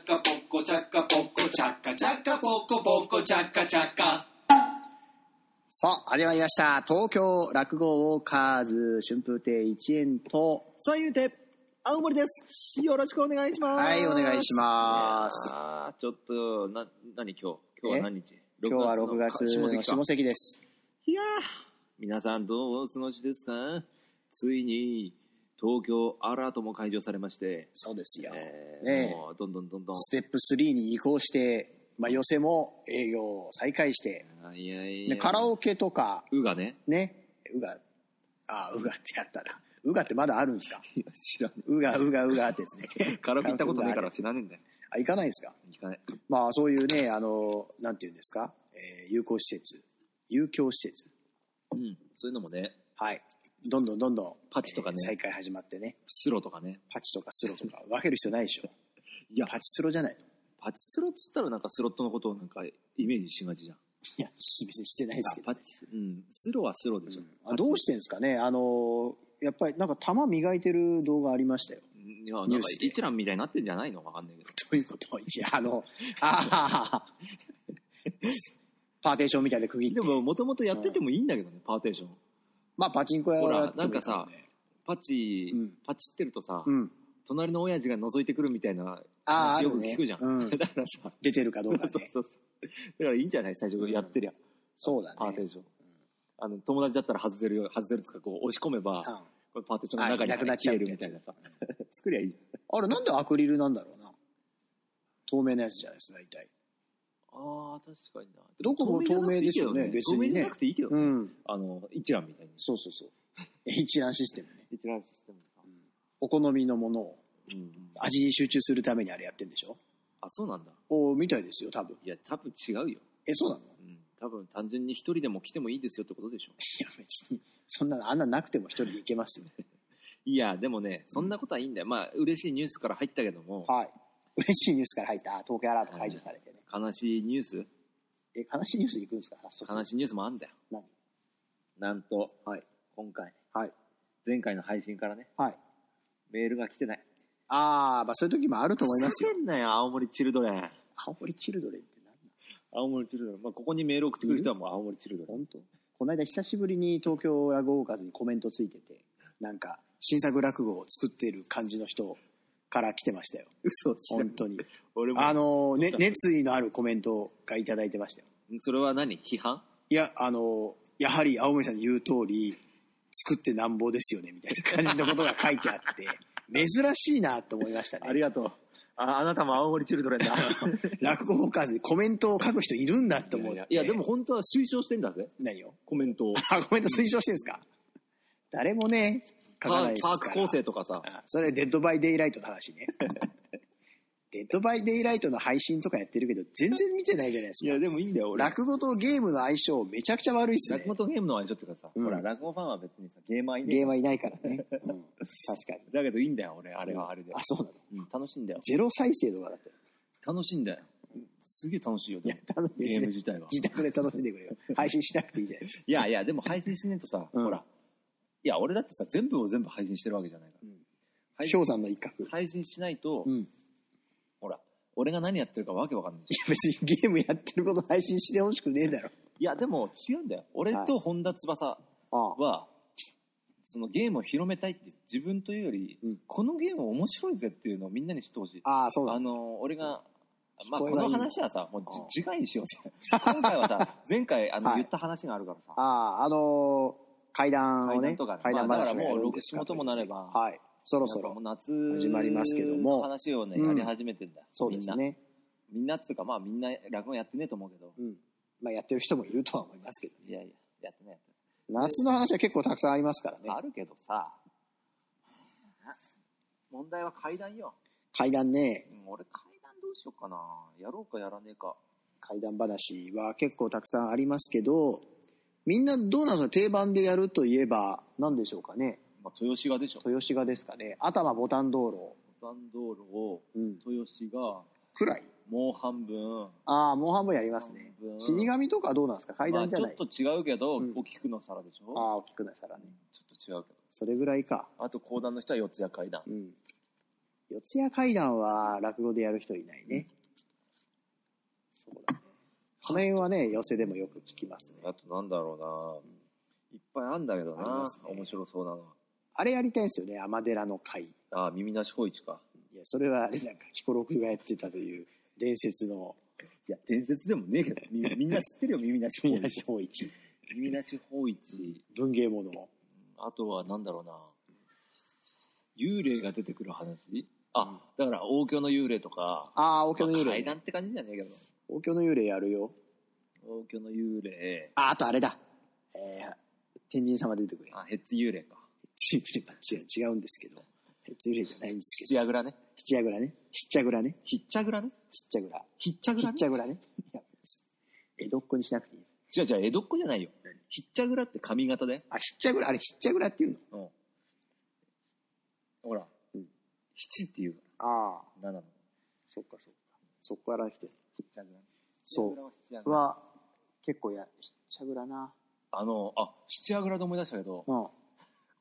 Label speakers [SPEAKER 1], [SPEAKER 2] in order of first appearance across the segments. [SPEAKER 1] チャカポコチャカチャカポコポコチャカチャカ
[SPEAKER 2] さあ、始まりました。東京落語ウォーカーズ春風亭一円と、
[SPEAKER 3] 三遊亭青森です。よろしくお願いします。
[SPEAKER 2] はい、お願いしま
[SPEAKER 3] い
[SPEAKER 2] す。
[SPEAKER 3] やーちょっと、な、何今日今日は何日
[SPEAKER 2] 今日は6
[SPEAKER 3] の
[SPEAKER 2] 月
[SPEAKER 3] 下
[SPEAKER 2] の
[SPEAKER 3] 関か
[SPEAKER 2] 下関です。
[SPEAKER 3] いやー皆さんどうお過ごしですかついに、東京アラートも解除されまして、
[SPEAKER 2] そうですよ。
[SPEAKER 3] えー
[SPEAKER 2] ねえ
[SPEAKER 3] もう、どんどんどんどん。
[SPEAKER 2] ステップ3に移行して、まあ、寄席も営業を再開して、
[SPEAKER 3] あいやい
[SPEAKER 2] で
[SPEAKER 3] や。
[SPEAKER 2] カラ
[SPEAKER 3] オ
[SPEAKER 2] オケとか、
[SPEAKER 3] うがね。
[SPEAKER 2] ね、うが、あ、うがってやったら、うがってまだあるんですか
[SPEAKER 3] いや知らね
[SPEAKER 2] うが、うが、うがってですね
[SPEAKER 3] え。。カラオケ行ったことないか
[SPEAKER 2] うが
[SPEAKER 3] ら知らねえんだよ。
[SPEAKER 2] あ、行かないですか
[SPEAKER 3] 行かない。
[SPEAKER 2] まあ、そういうね、あの、なんていうんですか、えー友好施設、遊興施設、
[SPEAKER 3] うん。そういうのもね、
[SPEAKER 2] はい。どんどんどんどん。
[SPEAKER 3] パチとかね
[SPEAKER 2] えー再開始まってね。
[SPEAKER 3] スロとかね。
[SPEAKER 2] パチとかスロとか分ける必要ないでしょ。
[SPEAKER 3] いや、
[SPEAKER 2] パチスロじゃないの
[SPEAKER 3] パチスロっつったらなんかスロットのことをなんかイメージしがちじゃん。
[SPEAKER 2] いや、別にしてないですけど。
[SPEAKER 3] あパチスうん。スロはスロでしょ。
[SPEAKER 2] うんあどうしてんですかねあのー、やっぱりなんか玉磨いてる動画ありましたよ。
[SPEAKER 3] いや、な
[SPEAKER 2] ニュ
[SPEAKER 3] ん
[SPEAKER 2] ー
[SPEAKER 3] か
[SPEAKER 2] スで
[SPEAKER 3] 一覧みたいになってんじゃないのわかんないけど。
[SPEAKER 2] どういうこと一応、あの、 ああ、パーテーションみたいで区切って
[SPEAKER 3] で。も、もともとやっててもいいんだけどね、パーテーション。
[SPEAKER 2] まあ、パチンコ屋
[SPEAKER 3] ほら
[SPEAKER 2] やってもいいもね
[SPEAKER 3] パチ、
[SPEAKER 2] うん
[SPEAKER 3] パチってるとさ、
[SPEAKER 2] うん。
[SPEAKER 3] 隣の親父が覗いてくるみたいな
[SPEAKER 2] ああ、あ
[SPEAKER 3] 話よ
[SPEAKER 2] る
[SPEAKER 3] く
[SPEAKER 2] ね。
[SPEAKER 3] 聞くじゃん。
[SPEAKER 2] うん
[SPEAKER 3] だからさ、
[SPEAKER 2] 出てるかどうか
[SPEAKER 3] そう
[SPEAKER 2] ね。
[SPEAKER 3] そうそう。だからいいんじゃない最初やってりゃ、
[SPEAKER 2] そうだね。
[SPEAKER 3] パーテーション。あの、友達だったら外せるよ、外せるとか、こう押し込めば、
[SPEAKER 2] うん
[SPEAKER 3] これパーテーションの中に
[SPEAKER 2] はいなくなっちゃう
[SPEAKER 3] 消えるみたいなさ。作りゃいいじ
[SPEAKER 2] あれ、なんでアクリルなんだろうな。透明なやつじゃないですか、大体。
[SPEAKER 3] ゃん。ああ、確かにな。
[SPEAKER 2] どこも透明ですよね別
[SPEAKER 3] 透
[SPEAKER 2] にね
[SPEAKER 3] 明じゃなくていいけどね。
[SPEAKER 2] ん。
[SPEAKER 3] あの、一覧みたいに。
[SPEAKER 2] そうそうそう。一覧システムね。
[SPEAKER 3] 一覧システムさ。
[SPEAKER 2] お好みのものを
[SPEAKER 3] うん。
[SPEAKER 2] 味に集中するためにあれやってんでしょ
[SPEAKER 3] あ、そうなんだ。
[SPEAKER 2] おみたいですよ、多分。
[SPEAKER 3] いや、多分違うよ。
[SPEAKER 2] え、そうなのい
[SPEAKER 3] うん。多分単純に一人でも来てもいいですよってことでしょ。
[SPEAKER 2] や、別に。そんなの、あんななくても一人で行けますよ。
[SPEAKER 3] いや、でもね、そんなことはいいんだよ。まあ、嬉しいニュースから入ったけども、
[SPEAKER 2] はい。嬉しいニュースから入った、東京アラート解除されてね。
[SPEAKER 3] 悲しいニュース
[SPEAKER 2] え、悲しいニュース行くんですか早速。
[SPEAKER 3] 悲しいニュースもあんだよ。
[SPEAKER 2] 何
[SPEAKER 3] なんと、
[SPEAKER 2] はい
[SPEAKER 3] 今回、
[SPEAKER 2] はい。
[SPEAKER 3] 前回の配信からね、
[SPEAKER 2] はい。
[SPEAKER 3] メールが来てない。
[SPEAKER 2] あー、まあそういう時もあると思いますよ。
[SPEAKER 3] ふざけんなよ、青森チルドレン。
[SPEAKER 2] 青森チルドレンって何
[SPEAKER 3] 青森チルドレン。まあ、ここにメール送ってくる人はもう青森チルドレン。
[SPEAKER 2] 本当この間久しぶりに東京落語家ズにコメントついててなんか新作落語を作ってる感じの人から来てましたよ
[SPEAKER 3] 嘘
[SPEAKER 2] 本当に
[SPEAKER 3] 俺も、
[SPEAKER 2] あの、ね
[SPEAKER 3] どうした、の
[SPEAKER 2] 熱意のあるコメントがいただいてましたよ
[SPEAKER 3] それは何批判
[SPEAKER 2] いやあのやはり青森さんの言う通り作ってなんぼですよねみたいな感じのことが書いてあって 珍しいなと思いました
[SPEAKER 3] あり
[SPEAKER 2] ね
[SPEAKER 3] がとう。ああなたも青森チルドレン だ。
[SPEAKER 2] 落語家ズにコメントを書く人いるんだと思って
[SPEAKER 3] いや、でも本当は推奨してんだぜ、
[SPEAKER 2] 何を
[SPEAKER 3] コメントを。
[SPEAKER 2] あコメント推奨してんですか誰もね書かないですか
[SPEAKER 3] パー
[SPEAKER 2] ら
[SPEAKER 3] ク構成とかさ、
[SPEAKER 2] あそれデッドバイデイライトの話 ね。デッドバイデイライトの配信とかやってるけど、全然見てないじゃないです
[SPEAKER 3] い
[SPEAKER 2] か。
[SPEAKER 3] や、でもいいんだよ、俺。
[SPEAKER 2] 落語とゲームの相性めちゃくちゃ悪いっすね
[SPEAKER 3] 落。語とゲームの相性っていうかさ、
[SPEAKER 2] うん
[SPEAKER 3] ほら、落語ファンは別にさ、ゲーマーいね
[SPEAKER 2] ゲームはいないからね。うん確かに。
[SPEAKER 3] だけどいいんだよ、俺、あれはあれで。
[SPEAKER 2] あ、そうなの。
[SPEAKER 3] うん楽しいんだよ。
[SPEAKER 2] ゼロ再生とかだって。
[SPEAKER 3] 楽しいんだよ。すげえ楽しいよ、
[SPEAKER 2] い
[SPEAKER 3] で
[SPEAKER 2] や
[SPEAKER 3] も、
[SPEAKER 2] 楽し
[SPEAKER 3] ゲーム
[SPEAKER 2] み
[SPEAKER 3] 自体は。
[SPEAKER 2] 自宅で楽しんでくれよ。配信しなくていいじゃないですか。
[SPEAKER 3] いやいや、でも配信しねえとさ、
[SPEAKER 2] うん
[SPEAKER 3] ほら。いや、俺だってさ、全部を全部配信してるわけじゃないから。
[SPEAKER 2] うん
[SPEAKER 3] 配信
[SPEAKER 2] 氷山の一角。
[SPEAKER 3] 配信しないと、
[SPEAKER 2] うん。い
[SPEAKER 3] ほら、俺が何やってるかわけわかんないじゃん
[SPEAKER 2] や別にゲームやってること配信してほしくねえだろ。
[SPEAKER 3] いや、でも違うんだよ。俺と本田翼
[SPEAKER 2] あ
[SPEAKER 3] は、そのゲームを広めたいって、自分というより、
[SPEAKER 2] うん
[SPEAKER 3] このゲーム面白いぜっていうのをみんなに知ってほしい。
[SPEAKER 2] あ、ああそうな
[SPEAKER 3] あ
[SPEAKER 2] の。
[SPEAKER 3] の、俺が、まあ、
[SPEAKER 2] これ
[SPEAKER 3] こ
[SPEAKER 2] はいい
[SPEAKER 3] の話はさ、もう
[SPEAKER 2] ああ
[SPEAKER 3] じ次回にし ようぜ。今回はさ、前回あの
[SPEAKER 2] はい
[SPEAKER 3] 言った話があるからさ、
[SPEAKER 2] ああ、あのー階段を
[SPEAKER 3] 階
[SPEAKER 2] ね
[SPEAKER 3] 段とかね、
[SPEAKER 2] 階段
[SPEAKER 3] まあだ
[SPEAKER 2] 話
[SPEAKER 3] から
[SPEAKER 2] もや
[SPEAKER 3] も
[SPEAKER 2] る
[SPEAKER 3] う
[SPEAKER 2] ん
[SPEAKER 3] 6
[SPEAKER 2] です
[SPEAKER 3] 仕
[SPEAKER 2] か
[SPEAKER 3] 事もなれば、
[SPEAKER 2] はい。そろそ
[SPEAKER 3] や
[SPEAKER 2] ろ。
[SPEAKER 3] っぱもう夏
[SPEAKER 2] 始まりますけども
[SPEAKER 3] の話をね、
[SPEAKER 2] うん
[SPEAKER 3] やり始めてんだ。
[SPEAKER 2] そうですね。
[SPEAKER 3] みんな。みんなっつうか、まあみんな落語やってねえと思うけど、
[SPEAKER 2] うん。まあ、やってる人もいるとは思いますけど
[SPEAKER 3] いやいや、やってない。
[SPEAKER 2] ね。夏の話は結構たくさんありますからね。
[SPEAKER 3] あるけどさ、問題は階段よ。
[SPEAKER 2] 階段ね、
[SPEAKER 3] うん俺階段どうしようかな。やろうかやらねえか。
[SPEAKER 2] 階段話は結構たくさんありますけど、みんなどうなんですか定番でやるといえば、何でしょうかね。
[SPEAKER 3] まあ豊志がでしょ。
[SPEAKER 2] 豊志賀ですかね。頭ボタン道
[SPEAKER 3] 登山道路を
[SPEAKER 2] 路。うん。
[SPEAKER 3] 豊志が
[SPEAKER 2] くらい。
[SPEAKER 3] もう半分。
[SPEAKER 2] ああ、もう半分やりますね。
[SPEAKER 3] 半分
[SPEAKER 2] 死神とかどうなんですか階段じゃ
[SPEAKER 3] まあ
[SPEAKER 2] な
[SPEAKER 3] ち
[SPEAKER 2] い。
[SPEAKER 3] ょっと違うけど、
[SPEAKER 2] うん
[SPEAKER 3] 大きくの皿でし
[SPEAKER 2] あ
[SPEAKER 3] ょ。
[SPEAKER 2] あ、大きくない皿ね。
[SPEAKER 3] ちょっと違うけ
[SPEAKER 2] それぐらいか。
[SPEAKER 3] ど。あと講談の人は四谷階段
[SPEAKER 2] う。ん。四谷階段は落語でやる人いないね。そうだね。この辺はね、寄せでもよく聞きますね。
[SPEAKER 3] あとなんだろうな。いっぱいあんだけど
[SPEAKER 2] ありま
[SPEAKER 3] な
[SPEAKER 2] す。ね
[SPEAKER 3] 面白そうなの。
[SPEAKER 2] あれやりたいんですよね、天寺の会。い
[SPEAKER 3] あ、耳なし小市か。
[SPEAKER 2] や、それはあれじゃんか、彦六がやってたという伝説の
[SPEAKER 3] いや、伝説でもねえけど、み みんな知ってるよ、耳なし
[SPEAKER 2] 宮下法一、
[SPEAKER 3] 耳なし法一。
[SPEAKER 2] 文芸物を。
[SPEAKER 3] あとはなんだろうな。幽霊が出てくる話あ、だから、王教の幽霊とか、
[SPEAKER 2] ああ、王京の幽
[SPEAKER 3] まあ
[SPEAKER 2] 霊
[SPEAKER 3] 怪。談って感じじゃねえけど。
[SPEAKER 2] 王京の幽霊やるよ。
[SPEAKER 3] 王教の幽霊、
[SPEAKER 2] あ、あとあれだ。えー、天神様出てくる。
[SPEAKER 3] あ、ヘッズ幽霊か。
[SPEAKER 2] チームレバー違う違うんですけど、別幽霊じゃないんですけ
[SPEAKER 3] ヒ
[SPEAKER 2] ど、
[SPEAKER 3] ヤグラね。
[SPEAKER 2] ひっちゃぐらね、ひっちゃぐらね、
[SPEAKER 3] ヒッチャグラね。
[SPEAKER 2] ひっちゃぐら、
[SPEAKER 3] ヒッチャグ
[SPEAKER 2] ひ
[SPEAKER 3] ラ
[SPEAKER 2] っ
[SPEAKER 3] ね
[SPEAKER 2] ち。ゃぐらね。いや別に江戸っ子にしなくていいです。
[SPEAKER 3] 違う違う、江戸っ子じゃないよ。ヒッチャグラって髪型で。
[SPEAKER 2] あ、ひっちゃぐら、あれひっちゃぐらっていうの
[SPEAKER 3] うん。ほら、
[SPEAKER 2] うん
[SPEAKER 3] 七っていうか
[SPEAKER 2] ああ、
[SPEAKER 3] ら、七の。
[SPEAKER 2] そっかそっか。そこから来て。
[SPEAKER 3] ヒッチャグラ。
[SPEAKER 2] そう
[SPEAKER 3] ヒッチャグラはヒッチャグラ。
[SPEAKER 2] は、結構や、ひっちゃぐらな。
[SPEAKER 3] あの、あ、七ヤグラで思い出したけど、
[SPEAKER 2] うん。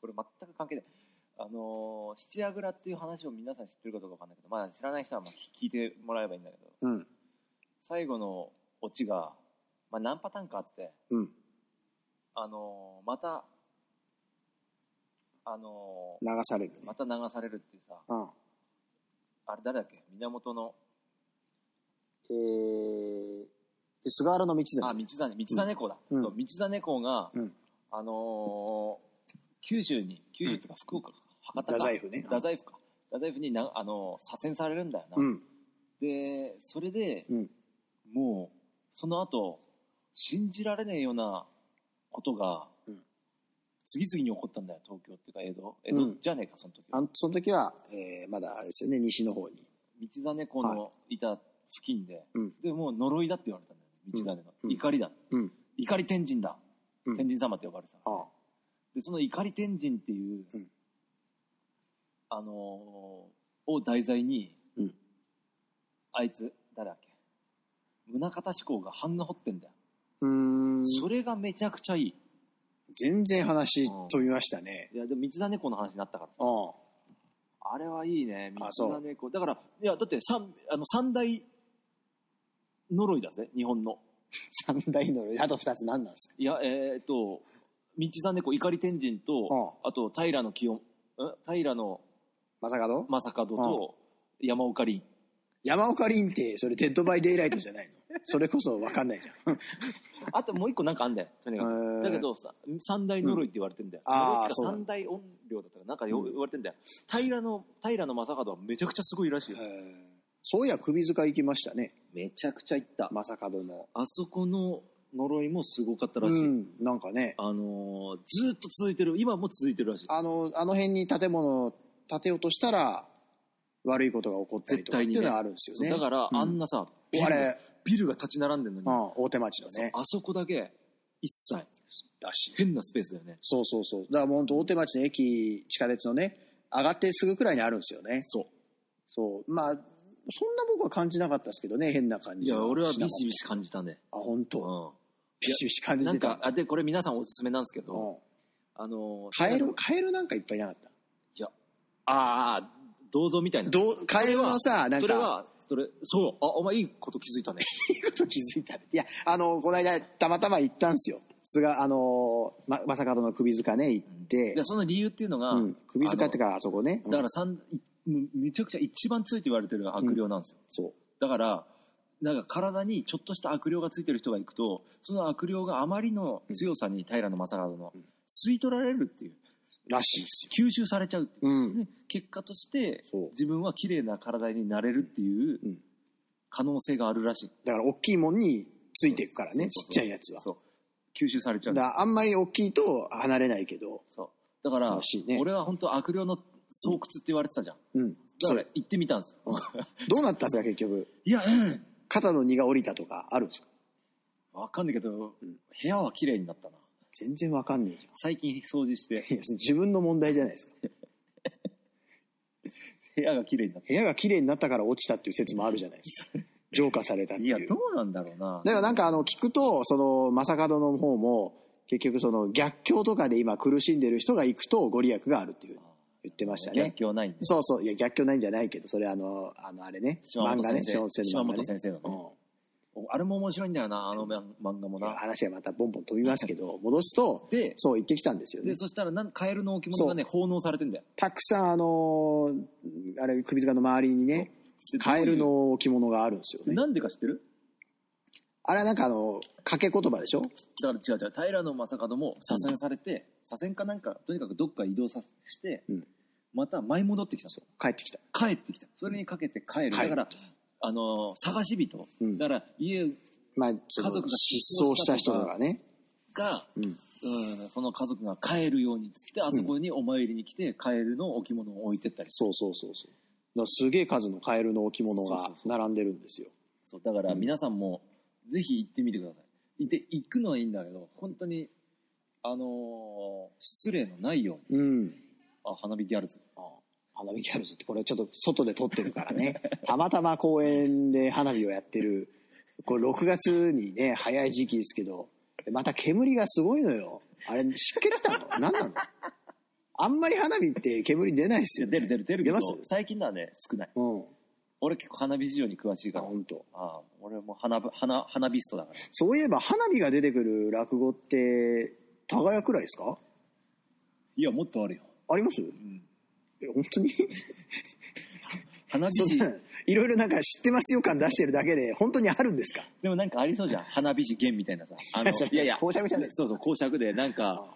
[SPEAKER 3] これ全く関係ない。あのー、七ヤグラっていう話を皆さん知ってるかどうかわかんないけど、まだ知らない人はまあ聞いてもらえばいいんだけど、
[SPEAKER 2] うん。
[SPEAKER 3] 最後のオチが、まあ何パターンかあって、
[SPEAKER 2] うん。
[SPEAKER 3] あのー、また、あの
[SPEAKER 2] 流されるね。
[SPEAKER 3] ー、また流されるっていうさ、
[SPEAKER 2] うん。
[SPEAKER 3] あれ誰だっけ源の、
[SPEAKER 2] えー、で菅原道真。
[SPEAKER 3] あ、道真、道真公だ。
[SPEAKER 2] うん
[SPEAKER 3] そう道真公が、
[SPEAKER 2] うん
[SPEAKER 3] あのー九州に、九州とか福岡か、博多か。
[SPEAKER 2] 太宰府ね
[SPEAKER 3] 太宰府か。太宰府にな、あのー左遷されるんだよな。
[SPEAKER 2] うん。
[SPEAKER 3] で、それで、
[SPEAKER 2] うん。
[SPEAKER 3] もう、その後、信じられねえようなことが、
[SPEAKER 2] うん
[SPEAKER 3] 次々に起こったんだよ、東京っていうか、江戸。江
[SPEAKER 2] う
[SPEAKER 3] 戸
[SPEAKER 2] ん
[SPEAKER 3] じゃねえか、その時は。
[SPEAKER 2] あのその時は、えー、まだあれですよね、西の方に。
[SPEAKER 3] 道真公のいた付近で、
[SPEAKER 2] うん
[SPEAKER 3] で、もう呪いだって言われたんだよね、道真
[SPEAKER 2] う
[SPEAKER 3] の。
[SPEAKER 2] ん
[SPEAKER 3] 怒りだ。
[SPEAKER 2] うん。
[SPEAKER 3] 怒り天神だ。
[SPEAKER 2] うん
[SPEAKER 3] 天神様って呼ばれてた。
[SPEAKER 2] ああ。
[SPEAKER 3] で、その怒り天神っていう、
[SPEAKER 2] うん
[SPEAKER 3] あのーを題材に、
[SPEAKER 2] うん
[SPEAKER 3] あいつ、誰だっけ、宗像志功が版画彫ってんだよ。
[SPEAKER 2] うーん。
[SPEAKER 3] それがめちゃくちゃいい。
[SPEAKER 2] 全然話飛びましたね。
[SPEAKER 3] いや、でも道田猫の話になったからさ。
[SPEAKER 2] ああ。
[SPEAKER 3] あれはいいね、道
[SPEAKER 2] あそう
[SPEAKER 3] 田猫。だから、いや、だって三、あの、三大呪いだぜ、日本の。
[SPEAKER 2] 三大のあと二つ何なんですか
[SPEAKER 3] いや、えーっと、道田猫、怒り天神と、あと、平の清、ん平の
[SPEAKER 2] まさかの
[SPEAKER 3] 正門と、山岡林。
[SPEAKER 2] 山岡凛って、それデッドバイデイライトじゃ ないのそれこそわかんないじゃん。
[SPEAKER 3] あともう一個なんかあんだよ、とにか
[SPEAKER 2] へー
[SPEAKER 3] く。だけどさ、三大呪いって言われてんだよ。
[SPEAKER 2] うんあー
[SPEAKER 3] 呪いってか
[SPEAKER 2] そうなん
[SPEAKER 3] 三大音量だったから、なんかよ
[SPEAKER 2] うん
[SPEAKER 3] 言われてんだよ。平の、平の正門はめちゃくちゃすごいらしいよ。
[SPEAKER 2] そういや、首塚行きましたね。
[SPEAKER 3] めちゃくちゃいった。
[SPEAKER 2] まさかどの。
[SPEAKER 3] あそこの呪いもすごかったら
[SPEAKER 2] う
[SPEAKER 3] しい。
[SPEAKER 2] ん、なんかね、
[SPEAKER 3] あのーずーっと続いてる、今も続いてるらしい。
[SPEAKER 2] あの、あの辺に建物を建てようとしたら、悪いことが起こったりとかっていうのはあるんですよ
[SPEAKER 3] そう
[SPEAKER 2] ね。
[SPEAKER 3] だから、
[SPEAKER 2] うん
[SPEAKER 3] あんなさ、ビ
[SPEAKER 2] あ
[SPEAKER 3] ルが
[SPEAKER 2] れ、
[SPEAKER 3] ビルが立ち並んでるのに、
[SPEAKER 2] うん、大手町のね、
[SPEAKER 3] あそこだけ、一切、
[SPEAKER 2] らしい。
[SPEAKER 3] 変なスペースだよね。
[SPEAKER 2] そうそうそう。だからもう本当大手町の駅、地下鉄のね、上がってすぐくらいにあるんですよね。
[SPEAKER 3] そ
[SPEAKER 2] そう。まあ、そんな僕は感じなかったですけどね、変な感
[SPEAKER 3] う。
[SPEAKER 2] じ。
[SPEAKER 3] いや、俺はビシビシ。感じたね。
[SPEAKER 2] あ、本当。
[SPEAKER 3] う
[SPEAKER 2] ビシビシ感
[SPEAKER 3] ん。
[SPEAKER 2] じ
[SPEAKER 3] な
[SPEAKER 2] て
[SPEAKER 3] ん
[SPEAKER 2] た。
[SPEAKER 3] か、あで、これ皆さんおすすめなんですけ
[SPEAKER 2] う
[SPEAKER 3] ど、
[SPEAKER 2] ん
[SPEAKER 3] あのー、
[SPEAKER 2] カエル、
[SPEAKER 3] あ
[SPEAKER 2] カエルなんかいっぱいいなかった。
[SPEAKER 3] あー、銅像みたいな。
[SPEAKER 2] どう、カエルはさ、なん
[SPEAKER 3] それ
[SPEAKER 2] か、
[SPEAKER 3] は、それ、そう、あ、お前いいこと気づ いたね。
[SPEAKER 2] 気づいた。いや、あの、この間、たまたま行ったんですよ。菅、あの、ま、まさかの首塚ね、行って
[SPEAKER 3] いや、、その理由っていうのが、
[SPEAKER 2] うん、首塚ってか、あそこね。
[SPEAKER 3] だか
[SPEAKER 2] うん
[SPEAKER 3] ら三、いめちゃくちゃ一番強いと言われてる悪霊なんですよ。
[SPEAKER 2] そう。
[SPEAKER 3] だから、なんか体にちょっとした悪霊がついてる人が行くと、その悪霊があまりの強さに平野正門の
[SPEAKER 2] うん
[SPEAKER 3] 吸い取られるっていう、
[SPEAKER 2] らしいですよ。
[SPEAKER 3] 吸収されちゃうっていうう、
[SPEAKER 2] ん。
[SPEAKER 3] で結果として
[SPEAKER 2] そう。
[SPEAKER 3] 自分は綺麗な体になれるっていう
[SPEAKER 2] うん
[SPEAKER 3] 可能性があるらしい。
[SPEAKER 2] だから、大きいもんについていくからね、ちっ
[SPEAKER 3] そうそうそう
[SPEAKER 2] ちゃいやつは。
[SPEAKER 3] そう。吸収されち
[SPEAKER 2] だ
[SPEAKER 3] ゃう。
[SPEAKER 2] か
[SPEAKER 3] だ
[SPEAKER 2] らあんまり大きいと離れないけど、
[SPEAKER 3] そうだから
[SPEAKER 2] ら、しいね。
[SPEAKER 3] 俺は本当悪霊の巣窟って言われてたじゃん。
[SPEAKER 2] うん。
[SPEAKER 3] だ
[SPEAKER 2] そ
[SPEAKER 3] から
[SPEAKER 2] れ。
[SPEAKER 3] 行ってみたんです。
[SPEAKER 2] どうなったんですか、結局。
[SPEAKER 3] いや、うん
[SPEAKER 2] 肩の荷が下りたとかあるんですか
[SPEAKER 3] わかんないけど、部
[SPEAKER 2] ん
[SPEAKER 3] 屋は綺麗になったな。
[SPEAKER 2] 全然わかんねえじゃん
[SPEAKER 3] 最近掃除して、
[SPEAKER 2] いや。自分の問題じゃないですか。
[SPEAKER 3] 部屋が綺麗になっ。
[SPEAKER 2] 部屋が綺麗になったから落ちたっていう説もあるじゃないですか。浄化されたった て
[SPEAKER 3] い
[SPEAKER 2] いう。
[SPEAKER 3] や、どうなんだろうな。
[SPEAKER 2] だからなんかあの、聞くと、その、正門の方も、結局その逆境とかで今苦しんでる人が行くとご利益があるっていうふうに言ってましたね
[SPEAKER 3] 逆。境ないんで。
[SPEAKER 2] そうそう。いや、逆境ないんじゃないけど、それあの、あの、あれね。
[SPEAKER 3] 島
[SPEAKER 2] 漫
[SPEAKER 3] 本
[SPEAKER 2] 画ね
[SPEAKER 3] 先。生。
[SPEAKER 2] 小説の
[SPEAKER 3] 島
[SPEAKER 2] 漫画
[SPEAKER 3] 本
[SPEAKER 2] ね。
[SPEAKER 3] 先生のね。
[SPEAKER 2] うん
[SPEAKER 3] おあれも面白いんだよな、あの漫画もな。
[SPEAKER 2] 話はまたボンボン飛びますけど、戻すと、
[SPEAKER 3] で、
[SPEAKER 2] そう言ってきたんですよね
[SPEAKER 3] で、。そしたらなん、カエルの置物がね、奉納されてんだよ。
[SPEAKER 2] たくさん、あのーあれ、首塚の周りにね、
[SPEAKER 3] で
[SPEAKER 2] カエル。の置物があるんですよ
[SPEAKER 3] どういう
[SPEAKER 2] ね。
[SPEAKER 3] なんでか知ってる
[SPEAKER 2] あれはなんかあの、掛け言葉でしょ
[SPEAKER 3] だから違う違う、平野正門も左遷されて、左遷かなんか、とにかくどっか移動さして、
[SPEAKER 2] うん
[SPEAKER 3] また舞い戻ってきたんですよ。
[SPEAKER 2] 帰ってきた。
[SPEAKER 3] 帰ってきた。それにかけて帰る。
[SPEAKER 2] 帰
[SPEAKER 3] だ
[SPEAKER 2] る
[SPEAKER 3] から、あのー探し人。
[SPEAKER 2] うん
[SPEAKER 3] だ。から、家
[SPEAKER 2] まあ、その
[SPEAKER 3] 家族が
[SPEAKER 2] 失踪した人がね、
[SPEAKER 3] が、
[SPEAKER 2] うん
[SPEAKER 3] うんその家族が帰るようにっつって、あそこにお参りに来て、カエルの置物を置いてったりす
[SPEAKER 2] そうそうそうそう。だからすげえ数のカエルの置物が並んでるんですよ。
[SPEAKER 3] る。そうだから
[SPEAKER 2] うん
[SPEAKER 3] 皆さんも、ぜひ行ってみてください。行って、行くのはいいんだけど、本当に、あのー失礼のないように。
[SPEAKER 2] うん。
[SPEAKER 3] あ、花火ギャルズ。
[SPEAKER 2] 花火ギャルズってこれちょっと外で撮ってるからね たまたま公園で花火をやってるこれ6月にね早い時期ですけどまた煙がすごいのよあれ湿気来たの何なのあんまり花火って煙出ないです
[SPEAKER 3] 出
[SPEAKER 2] よね
[SPEAKER 3] る出る出るけど
[SPEAKER 2] 出ます、
[SPEAKER 3] 最近のはね、少ない。
[SPEAKER 2] うん
[SPEAKER 3] 俺結構花火事情に詳しい
[SPEAKER 2] あ
[SPEAKER 3] から。
[SPEAKER 2] 本当
[SPEAKER 3] ああ俺も花ぶ花花ビストだから。
[SPEAKER 2] そういえば花火が出てくる落語って耕くらいですか
[SPEAKER 3] いや、もっとあるよ。
[SPEAKER 2] あります
[SPEAKER 3] うん、
[SPEAKER 2] え本当に
[SPEAKER 3] 花火
[SPEAKER 2] そん
[SPEAKER 3] 師
[SPEAKER 2] な、 いろいろなんか知ってますよ感出してるだけで本当にあるんですか
[SPEAKER 3] でもなんかありそうじゃん。花火師弦みたいなさ。あの
[SPEAKER 2] それ
[SPEAKER 3] いやいや、
[SPEAKER 2] 講釈じゃない
[SPEAKER 3] そうそう、公爵で、なんか、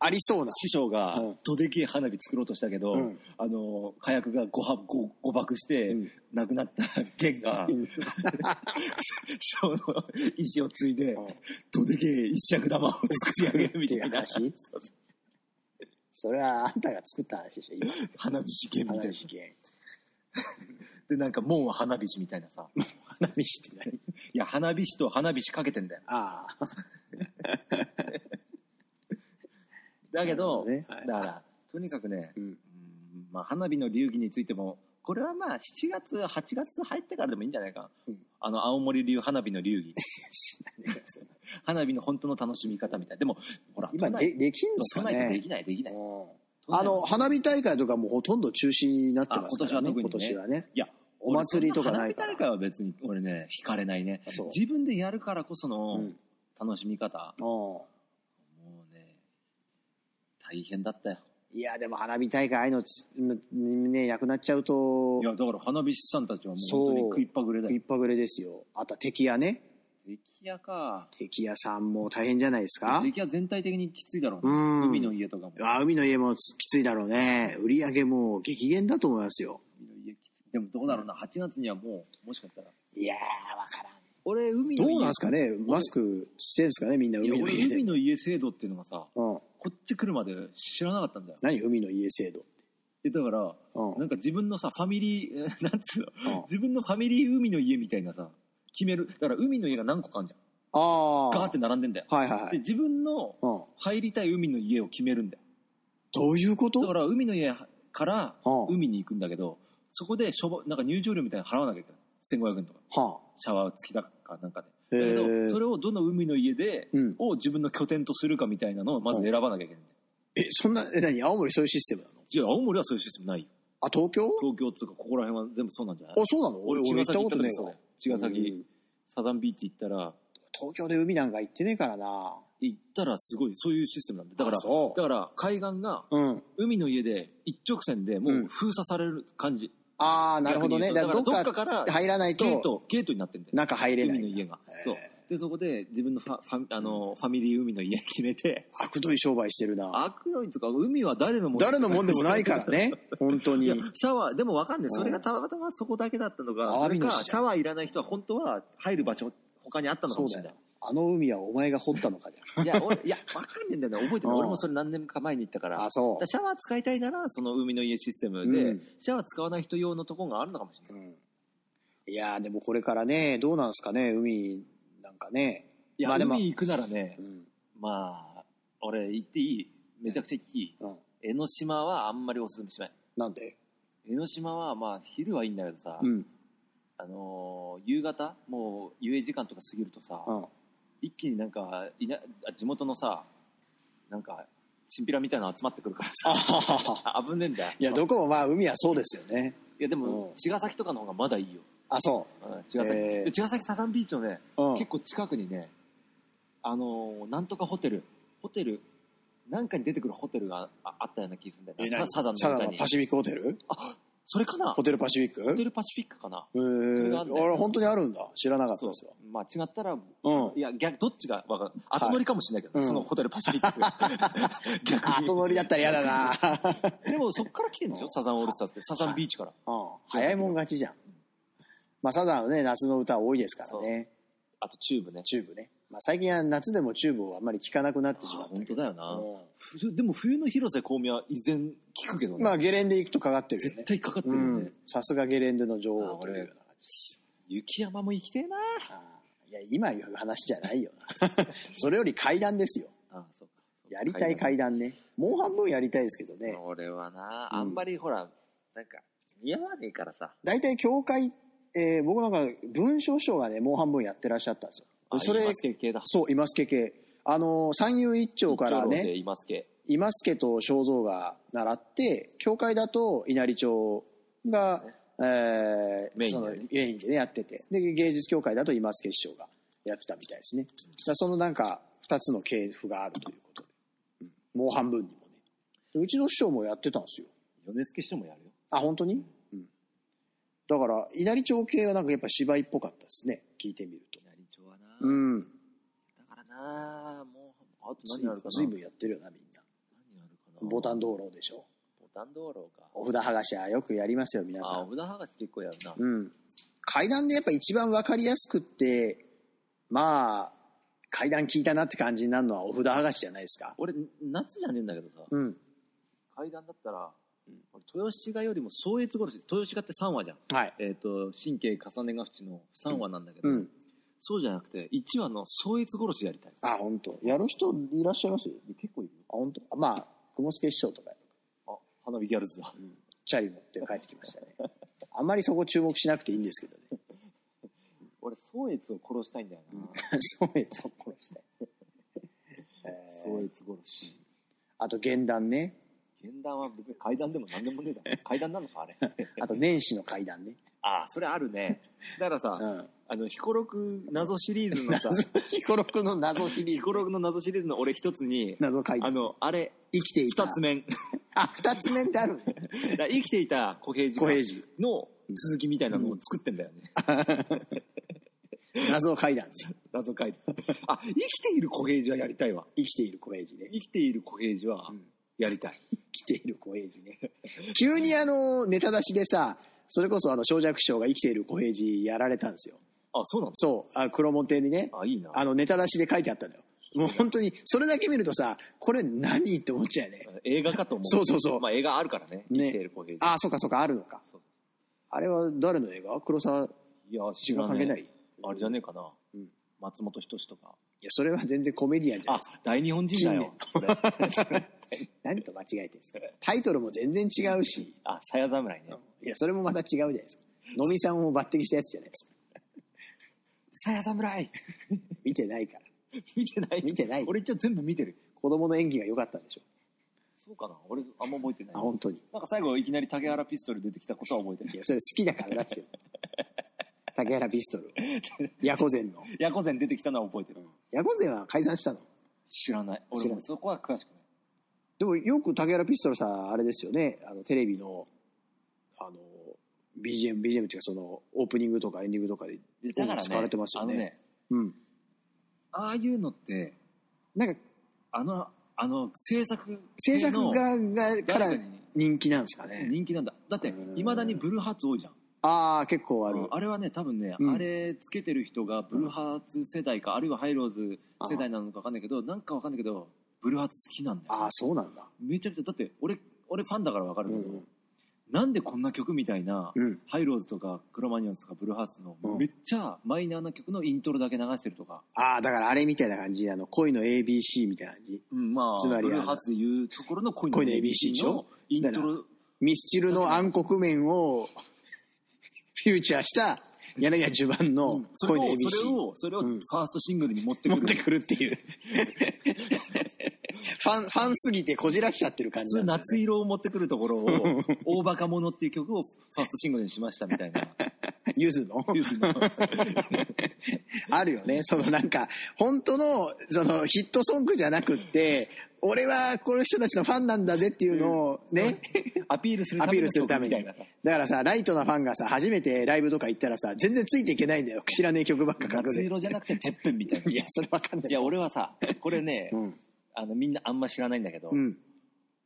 [SPEAKER 2] ありそうな
[SPEAKER 3] 師匠が
[SPEAKER 2] うん、
[SPEAKER 3] どでけえ花火作ろうとしたけど、
[SPEAKER 2] うん
[SPEAKER 3] あの、火薬が誤発誤誤爆して、
[SPEAKER 2] うん
[SPEAKER 3] 亡くなった弦が、師匠の意志を継いで、どでけえ一尺玉を作り上げるみたいな。
[SPEAKER 2] っていう話それはあんたが作った話でしょ今
[SPEAKER 3] 花火師弦みたい
[SPEAKER 2] 花
[SPEAKER 3] な
[SPEAKER 2] 火。系
[SPEAKER 3] で、なんか門は花火師みたいなさ。
[SPEAKER 2] 花火師って何
[SPEAKER 3] いや、花火師と花火師かけてんだよ。
[SPEAKER 2] ああ
[SPEAKER 3] だけど、
[SPEAKER 2] なるほどね
[SPEAKER 3] だから、とにかくね、
[SPEAKER 2] うん
[SPEAKER 3] うんまあ、花火の流儀についても、これはまあ、7月、8月入ってからでもいいんじゃないか。
[SPEAKER 2] うん
[SPEAKER 3] あの、青森流花火の流儀。
[SPEAKER 2] 知らねえよそんな
[SPEAKER 3] 花火の本当の楽しみ方みたいな。でも、ほら、
[SPEAKER 2] 今
[SPEAKER 3] 都内
[SPEAKER 2] でできんの
[SPEAKER 3] そう
[SPEAKER 2] か
[SPEAKER 3] 都内でで
[SPEAKER 2] ね
[SPEAKER 3] きない、できない。
[SPEAKER 2] うんあの花火大会とかもほとんど中止になってますからね
[SPEAKER 3] あ今年は特にね
[SPEAKER 2] 今年はね
[SPEAKER 3] いや
[SPEAKER 2] お祭りとかないから
[SPEAKER 3] か。花
[SPEAKER 2] ら
[SPEAKER 3] 火大会は別に、俺ね、惹かれないね。
[SPEAKER 2] あそう
[SPEAKER 3] 自分でやるからこそ
[SPEAKER 2] う
[SPEAKER 3] の
[SPEAKER 2] ん
[SPEAKER 3] 楽しみ方。
[SPEAKER 2] うん
[SPEAKER 3] もうね、大変だったよ。
[SPEAKER 2] いやでも花火大会ああいうのつねなくなっちゃうと
[SPEAKER 3] いや、だから花火師さんたちはもう
[SPEAKER 2] そう
[SPEAKER 3] 本当に食いっぱぐれだ
[SPEAKER 2] 一
[SPEAKER 3] よ。
[SPEAKER 2] 泊ぐれですよあとは敵屋ね
[SPEAKER 3] 出来屋か。
[SPEAKER 2] 敵屋さんも大変じゃないですか
[SPEAKER 3] 出来屋全体的にきついだろう
[SPEAKER 2] う
[SPEAKER 3] ね。
[SPEAKER 2] ん
[SPEAKER 3] 海の家とかも。
[SPEAKER 2] あ海の家もきついだろうね売り上げも激減だと思いますよ
[SPEAKER 3] 海の家きついでもどうだろうな、8月にはもう、もしかしたら。
[SPEAKER 2] いやーわからん
[SPEAKER 3] 俺、海の
[SPEAKER 2] ど
[SPEAKER 3] 家。
[SPEAKER 2] うなんすかねマスクしてんすかねみんない
[SPEAKER 3] や
[SPEAKER 2] 海の
[SPEAKER 3] 俺、
[SPEAKER 2] 家で
[SPEAKER 3] 海の家制度っていうのがさ、
[SPEAKER 2] うん、
[SPEAKER 3] こっち来るまで知らなかったんだよ。
[SPEAKER 2] 何海の家制度
[SPEAKER 3] えだから、
[SPEAKER 2] うん、う
[SPEAKER 3] なんか自分のさ、ファミリー、えーなんつうの、
[SPEAKER 2] ん、
[SPEAKER 3] 自分のファミリー海の家みたいなさ、決める。だから海の家が何個かあるじ
[SPEAKER 2] あ
[SPEAKER 3] ゃん。ガー
[SPEAKER 2] あ
[SPEAKER 3] って並んでんだよ。
[SPEAKER 2] はいはいは
[SPEAKER 3] で、
[SPEAKER 2] い、
[SPEAKER 3] 自分の
[SPEAKER 2] うん、
[SPEAKER 3] 入りたい海の家を決めるんだよ。
[SPEAKER 2] どういうこ
[SPEAKER 3] だか
[SPEAKER 2] と
[SPEAKER 3] ら海の家から
[SPEAKER 2] うん
[SPEAKER 3] 海に行くんだけど、そこでしょぼなんか入場料みたいなの払わなきゃいけない。1500円とか。
[SPEAKER 2] は
[SPEAKER 3] シャワー付きだかなんかで。
[SPEAKER 2] あへ
[SPEAKER 3] だけど、そ
[SPEAKER 2] ー
[SPEAKER 3] れをどの海の家で、
[SPEAKER 2] うん、
[SPEAKER 3] を自分の拠点とするかみたいなのをまず選ばなきゃいけない。
[SPEAKER 2] えそんなえ何青森そういうシステムなの
[SPEAKER 3] じゃあ、青森はそういうシステムないよ。
[SPEAKER 2] あ東京
[SPEAKER 3] 東京とか、ここら辺は全部そうなんじゃない
[SPEAKER 2] あそうなの俺俺行ったことねえ
[SPEAKER 3] そう
[SPEAKER 2] わ
[SPEAKER 3] だよ。茅ヶ
[SPEAKER 2] うん
[SPEAKER 3] 崎、サザンビーチ行ったら、
[SPEAKER 2] 東京で海なんか行ってねえからな
[SPEAKER 3] 行ったらすごい、そういうシステムなんで。だから、
[SPEAKER 2] あそ
[SPEAKER 3] だから、海岸が、
[SPEAKER 2] ううん
[SPEAKER 3] 海の家で一直線でもう封鎖される感じ。
[SPEAKER 2] ああなるほどねだ
[SPEAKER 3] 逆
[SPEAKER 2] からどっ
[SPEAKER 3] に言うとだ
[SPEAKER 2] か
[SPEAKER 3] からどっかから
[SPEAKER 2] 入らない
[SPEAKER 3] ゲー
[SPEAKER 2] と
[SPEAKER 3] ト、ゲートになってんだよ。
[SPEAKER 2] 中入れな
[SPEAKER 3] 海の
[SPEAKER 2] い
[SPEAKER 3] 家が。
[SPEAKER 2] へー
[SPEAKER 3] そう。で、そこで自分のファファミあのファミリー海の家決めて、
[SPEAKER 2] 悪どい商売してるな
[SPEAKER 3] 悪のとか海は誰のもん
[SPEAKER 2] 誰のもんでもないから。 ね本当
[SPEAKER 3] い
[SPEAKER 2] に
[SPEAKER 3] や、シャワー、でもわかん
[SPEAKER 2] う
[SPEAKER 3] ない。
[SPEAKER 2] ん
[SPEAKER 3] それがたまたまそこだけだったのが、
[SPEAKER 2] ア
[SPEAKER 3] そ
[SPEAKER 2] ワ
[SPEAKER 3] れ
[SPEAKER 2] ビの
[SPEAKER 3] か
[SPEAKER 2] 市じゃん
[SPEAKER 3] シャワーいらない人は本当は入る場所、他にあったのか
[SPEAKER 2] そ
[SPEAKER 3] も
[SPEAKER 2] う
[SPEAKER 3] しれ
[SPEAKER 2] だ
[SPEAKER 3] ない
[SPEAKER 2] よ。あの海はお前が掘ったのかじ
[SPEAKER 3] いや、俺、いや、わかんねえんだよね。覚えてな
[SPEAKER 2] う
[SPEAKER 3] い。
[SPEAKER 2] ん
[SPEAKER 3] 俺もそれ何年か前に行ったか
[SPEAKER 2] ゃ
[SPEAKER 3] ら。
[SPEAKER 2] んあ
[SPEAKER 3] だ
[SPEAKER 2] そ
[SPEAKER 3] からシャワー使いたいなら、その海の家システムで、
[SPEAKER 2] うん
[SPEAKER 3] シャワー使わない人用のとこがあるのかもしれ
[SPEAKER 2] う、
[SPEAKER 3] な
[SPEAKER 2] うん、いやーでもこれからねどうなんすかね海なんかね、
[SPEAKER 3] い。いや、
[SPEAKER 2] まあでも
[SPEAKER 3] 海行くならね
[SPEAKER 2] う、ん
[SPEAKER 3] まあ、俺行っていいめちゃくちゃ行っていい、
[SPEAKER 2] うん、
[SPEAKER 3] 江ノ島はあんまりおすすめしない。
[SPEAKER 2] なんで
[SPEAKER 3] 江ノ島はまあ、昼はいいんだけどさ、
[SPEAKER 2] うん
[SPEAKER 3] あのー夕方、もう遊泳時間とか過ぎるとさ、
[SPEAKER 2] うん
[SPEAKER 3] 一気になんかいな、あ地元のさ、なんか、チンピラみたいなの集まってくるから
[SPEAKER 2] あ
[SPEAKER 3] さ、
[SPEAKER 2] ははは
[SPEAKER 3] あ危ねえんだよ。
[SPEAKER 2] いやどこもまあ海はそうですよね
[SPEAKER 3] いやで
[SPEAKER 2] う
[SPEAKER 3] も
[SPEAKER 2] ん、
[SPEAKER 3] 茅ヶ崎とかの方がまだいいよ。
[SPEAKER 2] あ、そ
[SPEAKER 3] うん茅ヶ崎、
[SPEAKER 2] えー
[SPEAKER 3] で茅ヶ崎サザンビーチのね、
[SPEAKER 2] う。うん。
[SPEAKER 3] 結構近くにね、あのーなんとかホテル、ホテル、なんかに出てくるホテルがああったような気がするんだ
[SPEAKER 1] え
[SPEAKER 3] よな
[SPEAKER 1] 何
[SPEAKER 3] サザン
[SPEAKER 2] サ
[SPEAKER 3] の
[SPEAKER 2] ザ
[SPEAKER 3] 中
[SPEAKER 2] ンの
[SPEAKER 3] に
[SPEAKER 2] パ。シフィックホテル
[SPEAKER 3] それかな
[SPEAKER 2] ホ
[SPEAKER 3] ホ
[SPEAKER 2] テルパシフィック
[SPEAKER 3] テルパシフィックかな
[SPEAKER 2] え
[SPEAKER 3] れ
[SPEAKER 2] ー、
[SPEAKER 3] が
[SPEAKER 2] あ
[SPEAKER 3] あるんだよ
[SPEAKER 2] れ本当にあるんだ。知らなかった
[SPEAKER 3] そう
[SPEAKER 2] ですよ。
[SPEAKER 3] まあ違ったら、
[SPEAKER 2] うん。
[SPEAKER 3] いや、逆、どっちがわかる。後乗りかもしれないけど、
[SPEAKER 2] うん
[SPEAKER 3] そのホテルパシフィ ック。逆に
[SPEAKER 2] 後乗りだったら嫌だな。
[SPEAKER 3] でもそっから来てんでしょサザンオールスターズって。サザンビーチから。
[SPEAKER 2] うん。早いもん勝ちじゃん。まあ、サザンはね、夏の歌多いですからね。
[SPEAKER 3] あとチューブね。
[SPEAKER 2] チューブね。まあ、最近は夏でもチューブをあんまり聴かなくなってしま
[SPEAKER 3] あ
[SPEAKER 2] った
[SPEAKER 3] 本
[SPEAKER 2] け
[SPEAKER 3] 当
[SPEAKER 2] ど。
[SPEAKER 3] だよな。
[SPEAKER 2] うん
[SPEAKER 3] ふでも冬の広瀬香美は依然聞くけどね。
[SPEAKER 2] まあ、ゲレンデ行くとかかってるよ
[SPEAKER 3] 絶
[SPEAKER 2] ね。
[SPEAKER 3] 対かかって
[SPEAKER 2] う
[SPEAKER 3] るよね。
[SPEAKER 2] ん。さすがゲレンデの女王というような感じ。
[SPEAKER 3] 雪山も行きてえな。
[SPEAKER 2] あーいや、今いう話じゃないよ な。それより階段ですよ。
[SPEAKER 3] あそうか
[SPEAKER 2] やりたい階段ね。もう半分やりたいですけど
[SPEAKER 3] 段
[SPEAKER 2] ね。
[SPEAKER 3] 俺はな、
[SPEAKER 2] うん
[SPEAKER 3] あんまりほら、なんか、似合わねえからさ。
[SPEAKER 2] 大体教会、えー僕なんか文章師匠がね、もう半分やってらっしゃったんですよ。
[SPEAKER 3] あ
[SPEAKER 2] それ
[SPEAKER 3] 今助系だ。
[SPEAKER 2] そう、今助系。あのー、三遊一丁から
[SPEAKER 3] 一条路で
[SPEAKER 2] ね、
[SPEAKER 3] 今助。
[SPEAKER 2] 今助と正蔵が習って、教会だと稲荷町が、えー
[SPEAKER 3] メイン
[SPEAKER 2] そ
[SPEAKER 3] でね
[SPEAKER 2] のメインでね、やってて。で、芸術協会だと今助師匠がやってたみたいですね。だからそのなんか、二つの系譜があるということで。もう半分にもね。でうちの師匠もやってたんですよ。
[SPEAKER 3] 米助してもやるよ。
[SPEAKER 2] あ、本当に、うん、だから、稲荷町系はなんかやっぱ芝居っぽかったですね。聞いてみると。
[SPEAKER 3] 稲荷町はな、
[SPEAKER 2] うん。
[SPEAKER 3] だからな、もう、あと
[SPEAKER 2] 随
[SPEAKER 3] 何やる
[SPEAKER 2] 分
[SPEAKER 3] かな。
[SPEAKER 2] 随分やってるよな、みんな。
[SPEAKER 3] 何やるかな。
[SPEAKER 2] ボタン道路でしょ。
[SPEAKER 3] ボタン道路か。
[SPEAKER 2] お札剥がしはよくやりますよ、皆
[SPEAKER 3] あ、
[SPEAKER 2] さ
[SPEAKER 3] お
[SPEAKER 2] ん。
[SPEAKER 3] 札はがし結構やるな。
[SPEAKER 2] うん。階段でやっぱ一番わかりやすくって、まあ、階段聞いたなって感じになるのはお札剥がしじゃないですか。
[SPEAKER 3] 俺、夏じゃねえんだけどさ、
[SPEAKER 2] うん。
[SPEAKER 3] 階段だったら
[SPEAKER 2] うん、
[SPEAKER 3] 俺、豊志賀よりも宗越殺し、豊志賀って3話じゃん。
[SPEAKER 2] はい。
[SPEAKER 3] えっ、と、神経重ねが淵の3話なんだけど、
[SPEAKER 2] うん。
[SPEAKER 3] そうじゃなくて、1話の宗越殺しやりたい。
[SPEAKER 2] あ、本当。やる人いらっしゃいますあ、
[SPEAKER 3] 結構いるよ。
[SPEAKER 2] 本当。まあ、雲助師匠とか、
[SPEAKER 3] あ、花火ギャルズだ。
[SPEAKER 2] チャリ乗って帰ってきましたね。 あんまりそこ注目しなくていいんですけどね。
[SPEAKER 3] 俺、宗越を殺したいんだよな。
[SPEAKER 2] そうめんそこした い。え
[SPEAKER 3] 宗
[SPEAKER 2] ー
[SPEAKER 3] 越殺し。
[SPEAKER 2] あと、源談ね。
[SPEAKER 3] 現段は別に階段でも何でもねえだろ。階段なのか、あれ。
[SPEAKER 2] あと、年始の階段ね。
[SPEAKER 3] ああ、それあるね。だから
[SPEAKER 2] う
[SPEAKER 3] さ、
[SPEAKER 2] ん。
[SPEAKER 3] あの、ヒコロク謎シリーズのさ、
[SPEAKER 2] ヒコロクの謎シリ
[SPEAKER 3] ヒコロクの謎シリーズの俺一つに、
[SPEAKER 2] 謎階
[SPEAKER 3] あ
[SPEAKER 2] 段。
[SPEAKER 3] の、あれ、
[SPEAKER 2] 生きていた。
[SPEAKER 3] 二つ。目。
[SPEAKER 2] あ、二つ目ってあるね。
[SPEAKER 3] だから生きていた小平
[SPEAKER 2] 小平
[SPEAKER 3] 次
[SPEAKER 2] 次。
[SPEAKER 3] の続きみたいなのを作ってんだよね。
[SPEAKER 2] 謎階段ね。
[SPEAKER 3] 謎解説。あ、生きている小平次はやりたいわ。
[SPEAKER 2] 生きている小平次ね。
[SPEAKER 3] 生きている小平次は
[SPEAKER 2] うん
[SPEAKER 3] やりたい。
[SPEAKER 2] 生きている小平次ね。 急にあの、ネタ出しでさ、それこそあの、小弱師匠が生きている小平次やられたんですよ。
[SPEAKER 3] あ、そうなん
[SPEAKER 2] そう。あ黒門亭にね。
[SPEAKER 3] だ。あ、いいな。
[SPEAKER 2] あの、ネタ出しで書いてあったのよ。もう本当に、それだけ見るとさ、これ何って思っちゃうよね。
[SPEAKER 3] 映画かと思う。
[SPEAKER 2] そうそうそう
[SPEAKER 3] まあ映画あるからね。
[SPEAKER 2] ね
[SPEAKER 3] 生きている小平次。
[SPEAKER 2] ああ、そうかそうか、あるのか
[SPEAKER 3] そう。
[SPEAKER 2] あれは誰の映画黒沢
[SPEAKER 3] いや、知
[SPEAKER 2] 氏が
[SPEAKER 3] ら
[SPEAKER 2] 関係
[SPEAKER 3] ねえ
[SPEAKER 2] ない。い
[SPEAKER 3] あれじゃねえかな。
[SPEAKER 2] うん
[SPEAKER 3] 松本人志とか。
[SPEAKER 2] や、それは全然コメディアンじゃない
[SPEAKER 3] あ
[SPEAKER 2] ですか。、
[SPEAKER 3] 大日本人だよ。こ れ
[SPEAKER 2] 何と間違えてるんですか。タイトルも全然違うし、
[SPEAKER 3] あ、さや侍ね。
[SPEAKER 2] いや、それもまた違うじゃないですか。のみさんを抜擢したやつじゃないですか。
[SPEAKER 3] さや侍
[SPEAKER 2] 見てないから。
[SPEAKER 3] 見てない
[SPEAKER 2] 見てない
[SPEAKER 3] 俺一応全部見てる。
[SPEAKER 2] 子供の演技が良かったんでしょ。
[SPEAKER 3] そうかな俺あんま覚えてない
[SPEAKER 2] あ、。本当に。
[SPEAKER 3] なんか最後いきなり竹原ピストル出てきたことは覚えてる
[SPEAKER 2] い。や、それ好きだから出してる。 竹原ピストルを。ヤコゼンの。
[SPEAKER 3] ヤコゼン出てきたのは覚えてる。
[SPEAKER 2] ヤコゼンは解散したの。
[SPEAKER 3] 知らない。
[SPEAKER 2] 知
[SPEAKER 3] 俺
[SPEAKER 2] ら
[SPEAKER 3] も
[SPEAKER 2] ない
[SPEAKER 3] そこは詳しくない。
[SPEAKER 2] でもよく竹原ピストルさん、あれですよね、あのテレビの、あの、BGM、BGM っていうかその、オープニングとかエンディングとかで、
[SPEAKER 3] いやだからね、
[SPEAKER 2] 使われてますよね
[SPEAKER 3] あのね、
[SPEAKER 2] うん。
[SPEAKER 3] ああいうのって、
[SPEAKER 2] なんか、
[SPEAKER 3] あの、あの、制作
[SPEAKER 2] 制作
[SPEAKER 3] の
[SPEAKER 2] 側がから
[SPEAKER 3] 誰かに
[SPEAKER 2] 人気なんですかね。
[SPEAKER 3] 人気なんだ。だって、いまだにブルーハーツ多いじゃん。
[SPEAKER 2] ああ、結構あ
[SPEAKER 3] あ
[SPEAKER 2] る。
[SPEAKER 3] あれはね、多分ね、
[SPEAKER 2] うん
[SPEAKER 3] あれつけてる人がブルーハーツ世代か、あるいはハイローズ世代なのかわかんないけど、なんかわかんないけど、ブルーハーツ好きなんだ
[SPEAKER 2] あ
[SPEAKER 3] よ
[SPEAKER 2] あ、。そうなんだ。
[SPEAKER 3] めちゃくちゃ、だって俺、俺ファンだからわか
[SPEAKER 2] う
[SPEAKER 3] るけど、
[SPEAKER 2] ん。
[SPEAKER 3] なんでこんな曲みたいな、
[SPEAKER 2] うん。
[SPEAKER 3] ハイローズとかクロマニオンズとかブルーハーツの
[SPEAKER 2] うん
[SPEAKER 3] めっちゃマイナーな曲のイントロだけ流してるとか、
[SPEAKER 2] ああ、だからあれみたいな感じ、あの、恋の ABC みたいな感じ。
[SPEAKER 3] うんま
[SPEAKER 2] つ
[SPEAKER 3] あ、ブ
[SPEAKER 2] まりあの
[SPEAKER 3] ルーハーツでいうところの恋の
[SPEAKER 2] 恋の ABC で
[SPEAKER 3] ABC
[SPEAKER 2] しょ
[SPEAKER 3] のイントロ、
[SPEAKER 2] ミスチルの暗黒面を、フューチャーした、柳家襦袢
[SPEAKER 3] う
[SPEAKER 2] の
[SPEAKER 3] んそれ
[SPEAKER 2] 恋の
[SPEAKER 3] を、それ
[SPEAKER 2] ABC。
[SPEAKER 3] を、それを
[SPEAKER 2] う
[SPEAKER 3] フ
[SPEAKER 2] ん
[SPEAKER 3] ァーストシングルに持ってく
[SPEAKER 2] 持っ
[SPEAKER 3] る。
[SPEAKER 2] てくるっていう。 ファン、ファンすぎてこじらしちゃってる感
[SPEAKER 3] 普
[SPEAKER 2] じなんですよ、
[SPEAKER 3] 通
[SPEAKER 2] ね。
[SPEAKER 3] 夏 色を持ってくるところを、大バカ者っていう曲をファーストシングルにしましたみたいな。
[SPEAKER 2] ゆずの
[SPEAKER 3] ゆずの
[SPEAKER 2] あるよね。そのなんか、本当の、そのヒットソングじゃなくって、俺はこの人たちのファンなんだぜっていうのをね、
[SPEAKER 3] アピールする
[SPEAKER 2] アピールするために。
[SPEAKER 3] みたいな
[SPEAKER 2] だからさ、ライトなファンがさ、初めてライブとか行ったらさ、全然ついていけないんだよ。知らねえ曲ばっか書く
[SPEAKER 3] 夏
[SPEAKER 2] で。
[SPEAKER 3] 色じゃなくててっぺんみたいな。
[SPEAKER 2] いや、それわかんない
[SPEAKER 3] い。や、俺はさ、これね、
[SPEAKER 2] うん。
[SPEAKER 3] あの、みんなあんま知らないんだけど、
[SPEAKER 2] うん。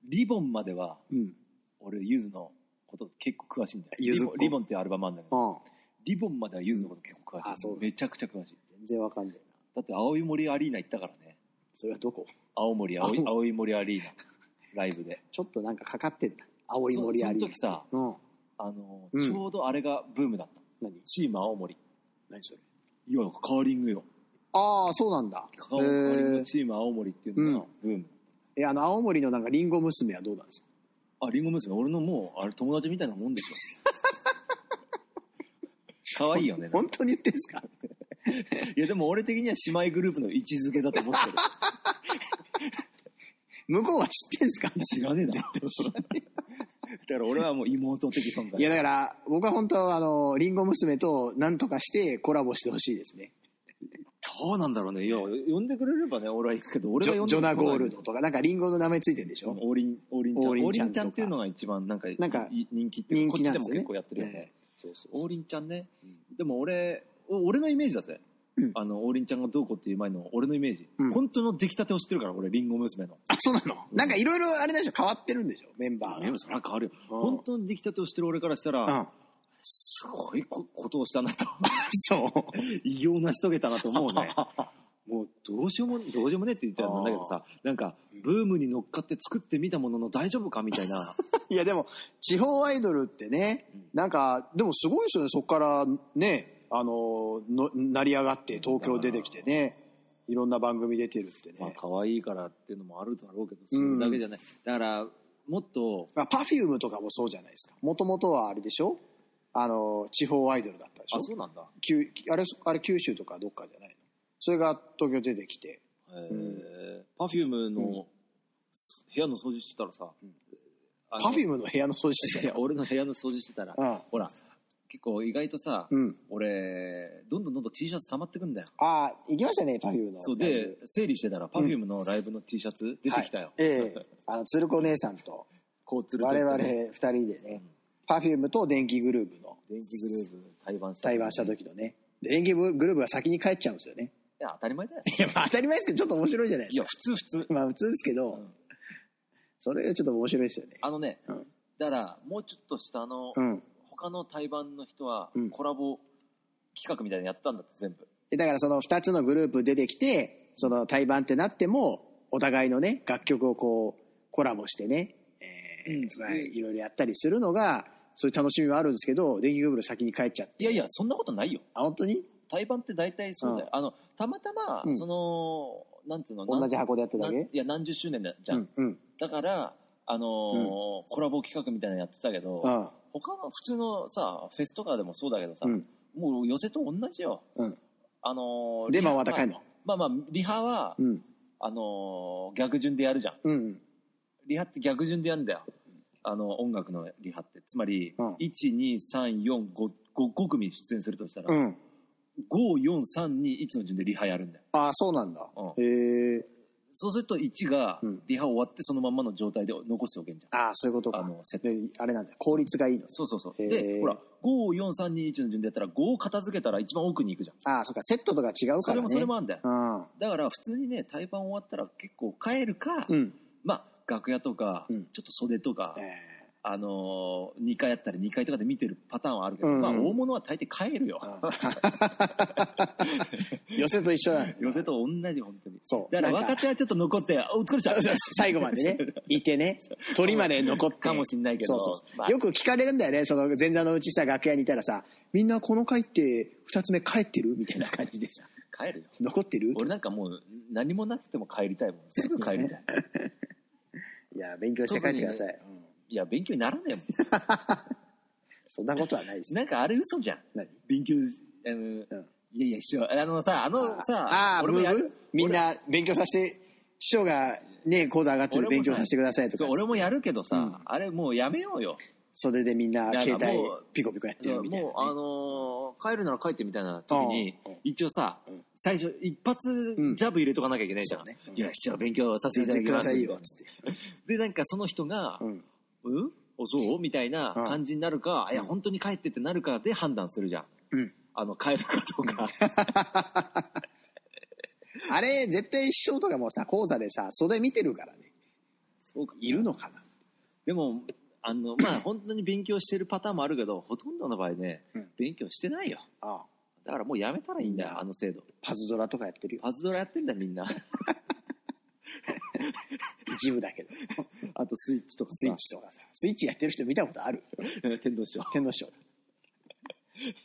[SPEAKER 3] リボンまでは、
[SPEAKER 2] うん。
[SPEAKER 3] 俺、ゆずのこと結構詳しいんだよ。
[SPEAKER 2] ゆずっ
[SPEAKER 3] リ
[SPEAKER 2] 子
[SPEAKER 3] ボンリボンっていうアルバムあるんだけど、
[SPEAKER 2] うん。
[SPEAKER 3] リボンまではゆずのこと結構詳しい。
[SPEAKER 2] あそう
[SPEAKER 3] めちゃくちゃ詳しい。
[SPEAKER 2] 全然わかんないな。
[SPEAKER 3] だって、青い森アリーナ行ったからね。
[SPEAKER 2] それはどこ
[SPEAKER 3] 青森、青い
[SPEAKER 2] 青
[SPEAKER 3] 青い森アリーナ、ライブで。
[SPEAKER 2] ちょっとなんかかかってんだ。青い森あり。
[SPEAKER 3] その時さ、
[SPEAKER 2] うん。
[SPEAKER 3] あの、
[SPEAKER 2] うん
[SPEAKER 3] ちょうどあれがブームだった。
[SPEAKER 2] 何
[SPEAKER 3] チーム青森。
[SPEAKER 2] 何それ
[SPEAKER 3] いわゆるカーリングよ。
[SPEAKER 2] ああ、そうなんだ。
[SPEAKER 3] カーリングチーム青森っていうのがブーム。
[SPEAKER 2] え、あの、青森のなんか、リンゴ娘はどうなんですか
[SPEAKER 3] あ、リンゴ娘、俺のもう、あれ友達みたいなも んですよ。可愛いよね。
[SPEAKER 2] 本当に言ってんす か
[SPEAKER 3] いや、でも俺的には姉妹グループの位置づけだと思ってる。
[SPEAKER 2] 向こうは知ってんすか
[SPEAKER 3] 知らねえだろ。だから俺はもう妹的存在。
[SPEAKER 2] いや、だから、僕は本当は、あの、リンゴ娘と何とかしてコラボしてほしいですね。
[SPEAKER 3] どうなんだろうね。いや、呼んでくれればね、俺は行くけど、俺
[SPEAKER 2] ジ
[SPEAKER 3] が呼
[SPEAKER 2] ョ
[SPEAKER 3] ん
[SPEAKER 2] ジョ
[SPEAKER 3] でくれ
[SPEAKER 2] ナ・ゴールドとか、なんかリンゴの名前ついてるでしょ、
[SPEAKER 3] 王林、王林ちゃん。
[SPEAKER 2] 王
[SPEAKER 3] 王
[SPEAKER 2] 林
[SPEAKER 3] 林
[SPEAKER 2] ち
[SPEAKER 3] ち
[SPEAKER 2] ゃ
[SPEAKER 3] ゃ
[SPEAKER 2] んとか
[SPEAKER 3] んっていうのが一番なんか、
[SPEAKER 2] なんか
[SPEAKER 3] い人気っていう
[SPEAKER 2] 人
[SPEAKER 3] か、
[SPEAKER 2] 気なんで
[SPEAKER 3] こっち
[SPEAKER 2] すよ
[SPEAKER 3] でも
[SPEAKER 2] ね。
[SPEAKER 3] 結構やってるよね。
[SPEAKER 2] ええそうそう
[SPEAKER 3] 王林ちゃんね、でも俺お俺のイメージだぜ、
[SPEAKER 2] うん
[SPEAKER 3] あの王林ちゃんがどうこうっていう前の俺のイメージ、
[SPEAKER 2] うん
[SPEAKER 3] 本当の出来たてを知ってるから俺リンゴ娘の
[SPEAKER 2] あ、そうなのなんかいろいろあれでしょ変わってるんでしょメンバー
[SPEAKER 3] で
[SPEAKER 2] が
[SPEAKER 3] も。それは変わるよ
[SPEAKER 2] うん
[SPEAKER 3] 本当に出来たてを知ってる俺からしたら、
[SPEAKER 2] うん。
[SPEAKER 3] すごいこことをしたなと
[SPEAKER 2] そう。
[SPEAKER 3] 偉業を成し遂げたなと思う ねもうどうしようもどうしようもねって言ったらなんだけどさなんかブームに乗っかって作ってみたものの大丈夫かみたいな
[SPEAKER 2] いやでも地方アイドルってね、なんかでもすごいですよねそこからねあのの成り上がって東京出てきてねいろんな番組出てる ってね、
[SPEAKER 3] まあ可愛いからっていうのもあるだろうけどそ
[SPEAKER 2] うん
[SPEAKER 3] れだけじゃない、だからもっと
[SPEAKER 2] まあ、パフュームとかもそうじゃないですかもともとはあれでしょあの地方アイドルだったでしょ
[SPEAKER 3] あそうなんだ、
[SPEAKER 2] 九あれあれ九州とかどっかじゃないのそれが東京出てきて
[SPEAKER 3] えー、パフュームの部屋の掃除してたらさ、あの
[SPEAKER 2] パフュームの部屋の掃除してた
[SPEAKER 3] いや
[SPEAKER 2] よ
[SPEAKER 3] 俺の部屋の掃除してたら、
[SPEAKER 2] うん
[SPEAKER 3] ほら結構意外とさ、
[SPEAKER 2] うん
[SPEAKER 3] 俺どんどんどんどん T シャツ溜まってくんだよ
[SPEAKER 2] ああ行きましたねパフュームの
[SPEAKER 3] そう
[SPEAKER 2] ライ
[SPEAKER 3] で
[SPEAKER 2] ブ
[SPEAKER 3] 整理してたらパフュームのライブの T シャツ出てきたよ
[SPEAKER 2] はい、ええあの鶴子姉さんと
[SPEAKER 3] こうつる
[SPEAKER 2] 我々二人でね、パフュームと電気グループの
[SPEAKER 3] 電気グループ対バンした
[SPEAKER 2] 対バンした
[SPEAKER 3] い
[SPEAKER 2] 時のね、で電気グループが先に帰っちゃうんですよね。
[SPEAKER 3] や当たり前だよ
[SPEAKER 2] いや、まあ当たり前ですけど、ちょっと面白いじゃないで
[SPEAKER 3] い
[SPEAKER 2] す
[SPEAKER 3] や
[SPEAKER 2] か。
[SPEAKER 3] 普通普通
[SPEAKER 2] まあ普通ですけど、
[SPEAKER 3] ん
[SPEAKER 2] それちょっと面白いですよね。
[SPEAKER 3] あのね、
[SPEAKER 2] うん
[SPEAKER 3] だからもうちょっと下の、
[SPEAKER 2] うん。
[SPEAKER 3] 他の対バンの人は
[SPEAKER 2] うん
[SPEAKER 3] コラボ企画みたいなのやったんだって全部
[SPEAKER 2] でだからその二つのグループ出てきて、その対バンってなっても、お互いのね、楽曲をこう、コラボしてね、えー
[SPEAKER 3] うん
[SPEAKER 2] まあいろいろやったりするのが、そういう楽しみはあるんですけど、電気グループ先に帰っちゃって。
[SPEAKER 3] いやいやそんなことないよ
[SPEAKER 2] あ、本当に
[SPEAKER 3] 対バンって大体そうだよ、あのたまたま、
[SPEAKER 2] うん
[SPEAKER 3] そのなんていうの
[SPEAKER 2] 同じ
[SPEAKER 3] なん
[SPEAKER 2] 箱でやってただ
[SPEAKER 3] なんい
[SPEAKER 2] け
[SPEAKER 3] や何十周年だじゃん、
[SPEAKER 2] うん。うん。
[SPEAKER 3] だからあのーコラボ企画みたいなのやってたけど、
[SPEAKER 2] あ
[SPEAKER 3] 他の普通のさフェスとかでもそうだけどさ、
[SPEAKER 2] うん。
[SPEAKER 3] もう寄せと同じよ
[SPEAKER 2] うん。
[SPEAKER 3] あのー
[SPEAKER 2] デマ
[SPEAKER 3] リハ
[SPEAKER 2] は高いの。
[SPEAKER 3] まあまあリハは、
[SPEAKER 2] うん。
[SPEAKER 3] あのー逆順でやるじゃん
[SPEAKER 2] うん。
[SPEAKER 3] リハって逆順でやるんだよあの音楽のリハってつまり、
[SPEAKER 2] うん
[SPEAKER 3] 12345組出演するとしたら、
[SPEAKER 2] うん。
[SPEAKER 3] 54321の順でリハやるんだよ
[SPEAKER 2] ああ、そうなんだ。
[SPEAKER 3] う
[SPEAKER 2] へえ。
[SPEAKER 3] そうすると1が
[SPEAKER 2] うん
[SPEAKER 3] リハ終わってそのまんまの状態で残しておけんじゃ
[SPEAKER 2] ああ、そういうこと
[SPEAKER 3] ん。あ
[SPEAKER 2] か。
[SPEAKER 3] の、セット。
[SPEAKER 2] で、あれなんだ。効率がいいの。
[SPEAKER 3] そうそうそう。
[SPEAKER 2] へー
[SPEAKER 3] で、ほら、5、4、3、2、1の順でやったら5を片付けたら一番奥に行くじゃん。
[SPEAKER 2] ああ、そうか。セットとか違う
[SPEAKER 3] そ
[SPEAKER 2] か
[SPEAKER 3] れ
[SPEAKER 2] ら
[SPEAKER 3] も
[SPEAKER 2] ね。
[SPEAKER 3] それもあんだよ。
[SPEAKER 2] うん。
[SPEAKER 3] だから普通にね、対バン終わったら結構帰るか、
[SPEAKER 2] うん。
[SPEAKER 3] まあ、楽屋とか、
[SPEAKER 2] うん
[SPEAKER 3] ちょっと袖とか
[SPEAKER 2] え、
[SPEAKER 3] あのー、2階やったら2階とかで見てるパターンはあるけど、
[SPEAKER 2] うん
[SPEAKER 3] まあ、大物は大抵帰るよ。
[SPEAKER 2] え。寄せと一緒なんだ。
[SPEAKER 3] 寄せと同じ、本当に。
[SPEAKER 2] そう。
[SPEAKER 3] だから
[SPEAKER 2] なんか
[SPEAKER 3] 若手はちょっと残って、あお疲れした。
[SPEAKER 2] 最後までね、いてね、鳥まで残って。
[SPEAKER 3] かもしんないけど
[SPEAKER 2] そうそうそう
[SPEAKER 3] まあ
[SPEAKER 2] よく聞かれるんだよね、その前座のうちさ、楽屋にいたらさ、みんなこの回って二つ目帰ってるみたいな感じでさ、
[SPEAKER 3] 帰るよ。
[SPEAKER 2] 残ってる
[SPEAKER 3] 俺なんかもう何もなくても帰りたいもんすぐ帰りたい
[SPEAKER 2] いや、勉強して帰ってください。うん
[SPEAKER 3] いや勉強にならないも ん
[SPEAKER 2] そんなことはないですね。
[SPEAKER 3] なんかあれ嘘じゃん
[SPEAKER 2] 何
[SPEAKER 3] 勉強あの、いやいや必要あのさあのさ
[SPEAKER 2] ああ、
[SPEAKER 3] 俺
[SPEAKER 2] ム
[SPEAKER 3] もや
[SPEAKER 2] ーブみんな勉強させて、師匠がね、講座上がってる勉強させてくださいと
[SPEAKER 3] そ
[SPEAKER 2] か
[SPEAKER 3] う、俺もやるけどさ、
[SPEAKER 2] うん
[SPEAKER 3] あれもうやめようよ
[SPEAKER 2] 袖でみんな携
[SPEAKER 3] なんか
[SPEAKER 2] 帯
[SPEAKER 3] もう
[SPEAKER 2] ピコピコやってるみたいなね。
[SPEAKER 3] もうあの帰るなら帰ってみたいな時に、一応さ、最初、一発
[SPEAKER 2] ん
[SPEAKER 3] ジャブ入れとかなきゃいけないじゃん。
[SPEAKER 2] そうねうん
[SPEAKER 3] いや、市長勉強させていただき
[SPEAKER 2] くだ
[SPEAKER 3] ます。
[SPEAKER 2] さいよ、つって。
[SPEAKER 3] で、なんかその人が、
[SPEAKER 2] うん。
[SPEAKER 3] うんおそうみたいな感じになるか、いや、本当に帰ってってなるかで判断するじゃん。
[SPEAKER 2] うん
[SPEAKER 3] あの、帰るかどうか。
[SPEAKER 2] あれ、絶対師匠とかもさ、講座でさ、袖見てるからね。いるのかな
[SPEAKER 3] でも、あの、まあ、本当に勉強してるパターンもあるけど、ほとんどの場合ね、
[SPEAKER 2] うん
[SPEAKER 3] 勉強してないよ。
[SPEAKER 2] ああ
[SPEAKER 3] だからもうやめたらいいんだよ、あの制度。
[SPEAKER 2] パズドラとかやってるよ。
[SPEAKER 3] パズドラやってんだよ、みんな。
[SPEAKER 2] 一部 だけど。
[SPEAKER 3] あとスイッチとか
[SPEAKER 2] スイッ
[SPEAKER 3] さ、
[SPEAKER 2] チとかさ。スイッチやってる人見たことある
[SPEAKER 3] 天童師匠。
[SPEAKER 2] 天皇賞。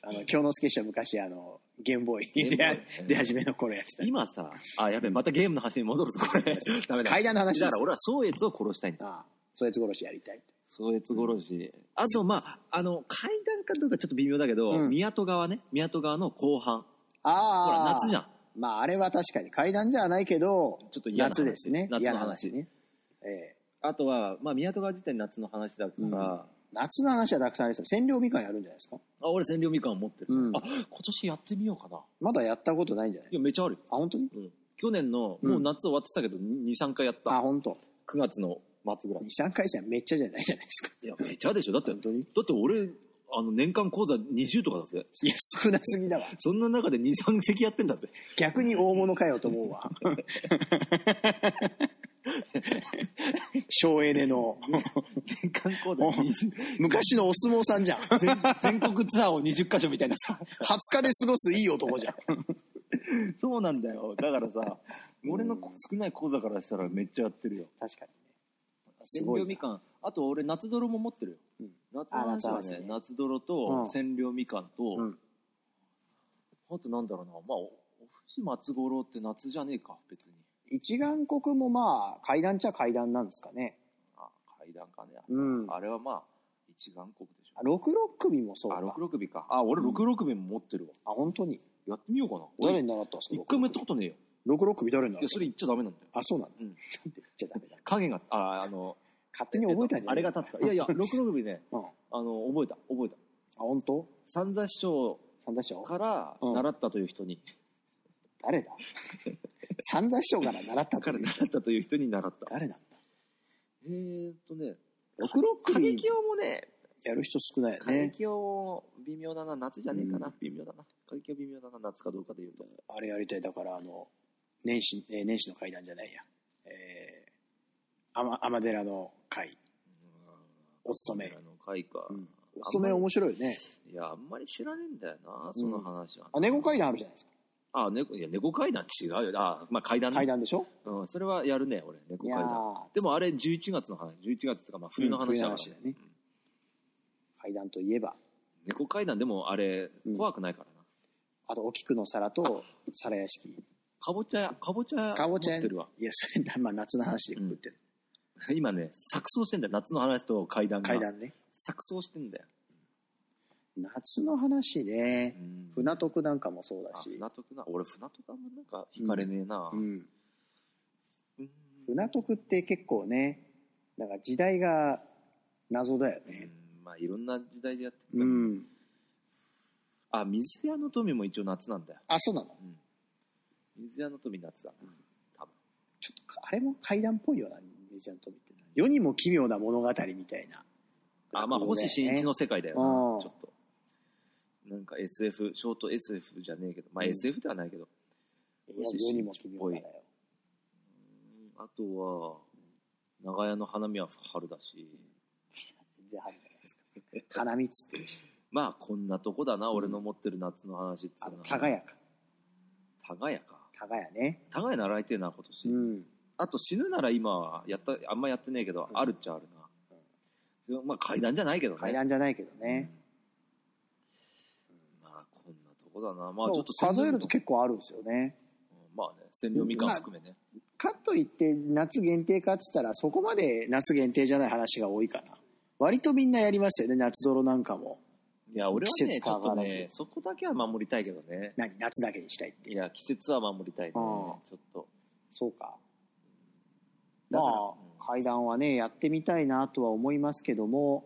[SPEAKER 2] あの、京之助師匠昔、あの、ゲームボーイに出
[SPEAKER 3] ゲーム
[SPEAKER 2] 会
[SPEAKER 3] ボーイ
[SPEAKER 2] 出始めの頃やってた。
[SPEAKER 3] 今さ、あ、やべえ、またゲームの話に戻るぞ、これ。 ダメだ。
[SPEAKER 2] 階段の話
[SPEAKER 3] だ
[SPEAKER 2] で
[SPEAKER 3] か
[SPEAKER 2] す
[SPEAKER 3] ら。俺は宗越を殺したいんだ。
[SPEAKER 2] ああ、そいつ殺しやりたい。
[SPEAKER 3] 宗越殺し。あと、まあ、あの、階段かどうかちょっと微妙だけど、
[SPEAKER 2] うん
[SPEAKER 3] 宮戸川ね、宮戸川の後半。
[SPEAKER 2] あ
[SPEAKER 3] ほ
[SPEAKER 2] あ。
[SPEAKER 3] ら、夏じゃ
[SPEAKER 2] ん。
[SPEAKER 3] ん。
[SPEAKER 2] まあ、あれは確かに階段じゃないけど、
[SPEAKER 3] ちょっと嫌な話
[SPEAKER 2] 夏ですね。
[SPEAKER 3] 夏の話
[SPEAKER 2] 嫌なね。ええ
[SPEAKER 3] あとは、まあ、宮戸川自体夏の話だから、
[SPEAKER 2] うん
[SPEAKER 3] あ、
[SPEAKER 2] 夏の話はたくさんありそう。占領みかんやるんじゃないですか
[SPEAKER 3] 俺占領みかん持ってる、
[SPEAKER 2] うん
[SPEAKER 3] あ、今年やってみようかな。
[SPEAKER 2] まだやったことないんじゃない
[SPEAKER 3] いや、めちゃあるよ。
[SPEAKER 2] あ、本当に
[SPEAKER 3] うん。去年の、
[SPEAKER 2] うん
[SPEAKER 3] もう夏終わってたけど、2、3回やっ
[SPEAKER 2] あ、
[SPEAKER 3] た。
[SPEAKER 2] 本当。
[SPEAKER 3] 9月の末ぐらい
[SPEAKER 2] 2、。3回じゃめっちゃじゃないじゃないですか。
[SPEAKER 3] いや、めちゃでしょ。だって、だ
[SPEAKER 2] 本当に
[SPEAKER 3] って俺、あの、年間講座20とかだぜ。
[SPEAKER 2] いや、少なすぎだわ。
[SPEAKER 3] そんな中で2、3席やってんだ ぜ。
[SPEAKER 2] 逆に大物かよと思うわ。省エネの。
[SPEAKER 3] 年間講座20。
[SPEAKER 2] 昔のお相撲さんじゃん。20
[SPEAKER 3] 全国ツアーを20カ所みたいなさ。
[SPEAKER 2] 日で過ごすいい男じゃん。
[SPEAKER 3] そうなんだよ。だからさ、俺の少ない講座からしたらめっちゃやってるよ。
[SPEAKER 2] 確かに。す
[SPEAKER 3] 占
[SPEAKER 2] ごい
[SPEAKER 3] 領
[SPEAKER 2] な
[SPEAKER 3] みかん。あと俺、夏泥も持ってるよ。
[SPEAKER 2] うん
[SPEAKER 3] 夏
[SPEAKER 2] あ
[SPEAKER 3] の話は
[SPEAKER 2] 夏
[SPEAKER 3] ね
[SPEAKER 2] 話ね、
[SPEAKER 3] 夏泥
[SPEAKER 2] うん
[SPEAKER 3] と占領みかんと、
[SPEAKER 2] うん
[SPEAKER 3] あとなんだろうな、まあ、お藤松五郎って夏じゃねえか、別に。
[SPEAKER 2] 一眼国もまあ、階段っちゃ階段なんですかね。
[SPEAKER 3] あ、階段かね。
[SPEAKER 2] うん。
[SPEAKER 3] あれはまあ、一眼国でしょ。
[SPEAKER 2] 六六組もそうか。
[SPEAKER 3] あ、
[SPEAKER 2] あ
[SPEAKER 3] 六、六尾か。あ、俺
[SPEAKER 2] うん
[SPEAKER 3] 六六尾も持ってるわ。
[SPEAKER 2] 本当に。
[SPEAKER 3] やってみようかな。
[SPEAKER 2] 誰
[SPEAKER 3] 俺、
[SPEAKER 2] に習ったんですか
[SPEAKER 3] 一回もやったことねえよ。
[SPEAKER 2] 六六組誰に
[SPEAKER 3] い
[SPEAKER 2] 習
[SPEAKER 3] や、
[SPEAKER 2] っ
[SPEAKER 3] そ
[SPEAKER 2] た
[SPEAKER 3] れ言っちゃダメなんだよ。
[SPEAKER 2] あ、そうなんだ。
[SPEAKER 3] う
[SPEAKER 2] なんんて言っちゃダメだ。
[SPEAKER 3] 影が、あ、あの、
[SPEAKER 2] 勝手に覚えたん
[SPEAKER 3] え
[SPEAKER 2] じ
[SPEAKER 3] っ
[SPEAKER 2] ゃ
[SPEAKER 3] とあ
[SPEAKER 2] な
[SPEAKER 3] れ
[SPEAKER 2] い
[SPEAKER 3] が立つから。いや いや、六六尾 ね、
[SPEAKER 2] うん。あ、
[SPEAKER 3] あの、覚えた、覚えた。
[SPEAKER 2] 本当
[SPEAKER 3] 三座師匠
[SPEAKER 2] 三座師匠
[SPEAKER 3] から
[SPEAKER 2] うん
[SPEAKER 3] 習ったという人に、
[SPEAKER 2] 誰 だ三座師匠から習ったとい
[SPEAKER 3] から
[SPEAKER 2] う
[SPEAKER 3] 習ったという人に習った。
[SPEAKER 2] 誰なんだ
[SPEAKER 3] えーっとね、
[SPEAKER 2] 六六
[SPEAKER 3] 過
[SPEAKER 2] 組
[SPEAKER 3] 激用もね、
[SPEAKER 2] やる人少ないよ
[SPEAKER 3] 過
[SPEAKER 2] ね。
[SPEAKER 3] 激用微妙だな、夏じゃねえか
[SPEAKER 2] う
[SPEAKER 3] な、微妙だな。過激用微妙だな、夏かどうかで言うと。
[SPEAKER 2] あれやりたい。だから、あの、年始、えー年始の会談じゃないや。えー、あま、天寺の会。お勤め
[SPEAKER 3] あの会か。
[SPEAKER 2] うんお勤め面白いよね。
[SPEAKER 3] いや、あんまり知らねえんだよな、その話は。
[SPEAKER 2] あ、猫会談あるじゃないですか。
[SPEAKER 3] あ、猫、いや、猫階段違うよ。あ、まあ階段ね
[SPEAKER 2] 会談でしょ
[SPEAKER 3] うん、それはやるね、俺、猫
[SPEAKER 2] い
[SPEAKER 3] 階
[SPEAKER 2] やー
[SPEAKER 3] 段。でもあれ、11月の話、11月とか、まあ冬の話だから、
[SPEAKER 2] うん冬の話だよね
[SPEAKER 3] うん
[SPEAKER 2] 会談といえば、
[SPEAKER 3] 猫階段でもあれ
[SPEAKER 2] う、ん
[SPEAKER 3] 怖くないからな。
[SPEAKER 2] あと、お菊の皿と皿屋敷。
[SPEAKER 3] かぼちゃ、かぼちゃ、
[SPEAKER 2] かぼちゃ
[SPEAKER 3] 持ってるわ。
[SPEAKER 2] いや、それ、 まあ、夏の話で食ってる。
[SPEAKER 3] 今ね、錯綜してんだよ、夏の話と階段が。
[SPEAKER 2] 会談ね。
[SPEAKER 3] 錯綜してんだよ。
[SPEAKER 2] 夏の話ね。
[SPEAKER 3] うん
[SPEAKER 2] 船徳なんかもそうだ
[SPEAKER 3] あ
[SPEAKER 2] し
[SPEAKER 3] 船。徳な、俺船徳あんまなんか惹かれねえな。
[SPEAKER 2] うん。
[SPEAKER 3] うん
[SPEAKER 2] 船徳って結構ね、なんか時代が謎だよ
[SPEAKER 3] う
[SPEAKER 2] ね。
[SPEAKER 3] んまあいろんな時代でやってく
[SPEAKER 2] う
[SPEAKER 3] る。
[SPEAKER 2] ん。
[SPEAKER 3] あ、水屋の富も一応夏なんだよ。
[SPEAKER 2] あ、そうなの
[SPEAKER 3] うん水屋の富夏だ。
[SPEAKER 2] ちょっと、あれも階段っぽいよな、メジャーの富って。世にも奇妙な物語みたいな。
[SPEAKER 3] あ、まあ星新一の世界だよな、
[SPEAKER 2] うん
[SPEAKER 3] ちょっと。なんか SF、ショート SF じゃねえけど、まあ
[SPEAKER 2] うん
[SPEAKER 3] SF ではないけど。
[SPEAKER 2] いや世にも奇妙なだよ。
[SPEAKER 3] うんあとは、長屋の花見は春だし、
[SPEAKER 2] 全然春じゃないですか。花見っつってるし。
[SPEAKER 3] まあこんなとこだな、俺の持ってる夏の話って
[SPEAKER 2] あ
[SPEAKER 3] い
[SPEAKER 2] の、
[SPEAKER 3] うのは。
[SPEAKER 2] たがやか。
[SPEAKER 3] たがやか。
[SPEAKER 2] たがやね。
[SPEAKER 3] たがや習いてえな、今年。
[SPEAKER 2] うん。
[SPEAKER 3] あと死ぬなら今はやった、あんまやってねえけど、
[SPEAKER 2] うん
[SPEAKER 3] あるっちゃあるな。まあ階段じゃないけどね。
[SPEAKER 2] 階段じゃないけどね。
[SPEAKER 3] うん。まあこんなとこだな。まあちょっと
[SPEAKER 2] 数えると結構あるんですよね。
[SPEAKER 3] うんまあね、占領みかん含めね。
[SPEAKER 2] かといって夏限定かっつったらそこまで夏限定じゃない話が多いかな割とみんなやりますよね夏泥なんかも
[SPEAKER 3] いや、俺は
[SPEAKER 2] 季
[SPEAKER 3] ね、
[SPEAKER 2] 節
[SPEAKER 3] ちょ
[SPEAKER 2] 感
[SPEAKER 3] っ
[SPEAKER 2] が
[SPEAKER 3] と
[SPEAKER 2] あるし
[SPEAKER 3] ね、そこだけは守りたいけどね。
[SPEAKER 2] 何夏だけにしたいって
[SPEAKER 3] いや、季節は守りたいね。ち
[SPEAKER 2] うん
[SPEAKER 3] ょっと。
[SPEAKER 2] そうかま
[SPEAKER 3] だからうん
[SPEAKER 2] あ階段はねやってみたいなとは思いますけども、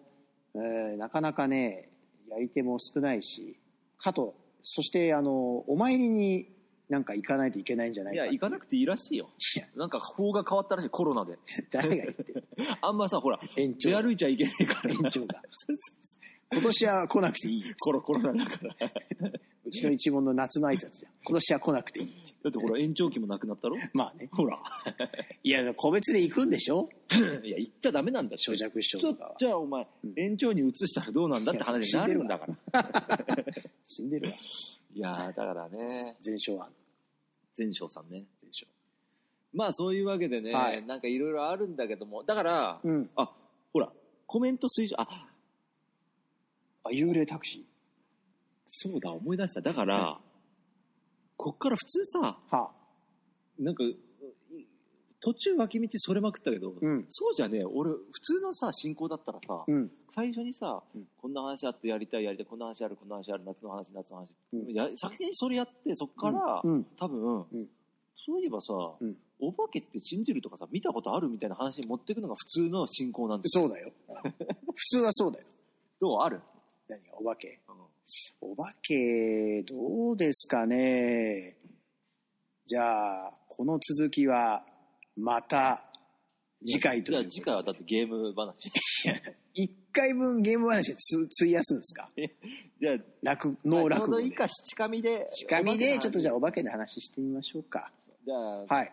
[SPEAKER 2] えーなかなかねやり手も少ないしかとそして、あの、お参りになんか行かないといけないんじゃない
[SPEAKER 3] い
[SPEAKER 2] か
[SPEAKER 3] や、行かなくていいらしいよ
[SPEAKER 2] いや。
[SPEAKER 3] なんか法が変わったらしい、コロナで。
[SPEAKER 2] 誰が言って る
[SPEAKER 3] あんまさ、ほら、
[SPEAKER 2] 園長
[SPEAKER 3] 出歩いちゃいけないから
[SPEAKER 2] 園
[SPEAKER 3] な、
[SPEAKER 2] 長が。今年は来なくていい。
[SPEAKER 3] コロコロナだから。だ
[SPEAKER 2] うちの一門の夏の挨拶じゃん。今年は来なくていい。
[SPEAKER 3] ってほら、延長期もなくなったろ
[SPEAKER 2] まあね。
[SPEAKER 3] ほら。
[SPEAKER 2] いや、個別で行くんでしょ
[SPEAKER 3] いや、行っちゃダメなんだって、
[SPEAKER 2] 小尺師匠
[SPEAKER 3] ちょ
[SPEAKER 2] とかは。
[SPEAKER 3] じゃあお前、
[SPEAKER 2] うん
[SPEAKER 3] 延長に移したらどうなんだって話になるんだから。
[SPEAKER 2] 死んでるわ。
[SPEAKER 3] いやー、だからね、
[SPEAKER 2] 全勝案。
[SPEAKER 3] 全勝さんね。まあそういうわけでね、
[SPEAKER 2] はい
[SPEAKER 3] なんかいろいろあるんだけども、だから、
[SPEAKER 2] うん。
[SPEAKER 3] あ、ほら、コメント水準、あ、
[SPEAKER 2] あ、幽霊タクシ
[SPEAKER 3] そうだ、思い出した。だから、こっから普通さ、
[SPEAKER 2] ー。はあ。
[SPEAKER 3] なんか、い途中脇道それまくったけど、
[SPEAKER 2] うん。
[SPEAKER 3] そうじゃねえ、俺、普通のさ、進行だったらさ、
[SPEAKER 2] うん。
[SPEAKER 3] 最初にさ、
[SPEAKER 2] うん
[SPEAKER 3] こんな話あってやりたい、やりたい、こんな話ある、こんな話ある、夏の話、夏の話、
[SPEAKER 2] うん
[SPEAKER 3] や先にそれやって、そっから、
[SPEAKER 2] うん。
[SPEAKER 3] 多分、
[SPEAKER 2] うん
[SPEAKER 3] そういえばさ、
[SPEAKER 2] うん
[SPEAKER 3] お化けって信じるとかさ、見たことあるみたいな話に持っていくのが普通の進行なんですよ。
[SPEAKER 2] そうだよ。普通はそうだよ。
[SPEAKER 3] どうある、
[SPEAKER 2] 何がお化けお化け、どうですかね。じゃあ、この続きは、また、次回と
[SPEAKER 3] い
[SPEAKER 2] い
[SPEAKER 3] や、
[SPEAKER 2] う。
[SPEAKER 3] 次回はだってゲーム話。
[SPEAKER 2] 一回分ゲーム話でつ費やすんですか
[SPEAKER 3] じゃあ、
[SPEAKER 2] 楽、脳
[SPEAKER 3] ちょ
[SPEAKER 2] 楽
[SPEAKER 3] う
[SPEAKER 2] 語
[SPEAKER 3] ど
[SPEAKER 2] で
[SPEAKER 3] いいか、七神で。
[SPEAKER 2] しかみで、ちょっとじゃ
[SPEAKER 3] あ。
[SPEAKER 2] あお化けの話してみましょうか。
[SPEAKER 3] じゃあ、
[SPEAKER 2] はい。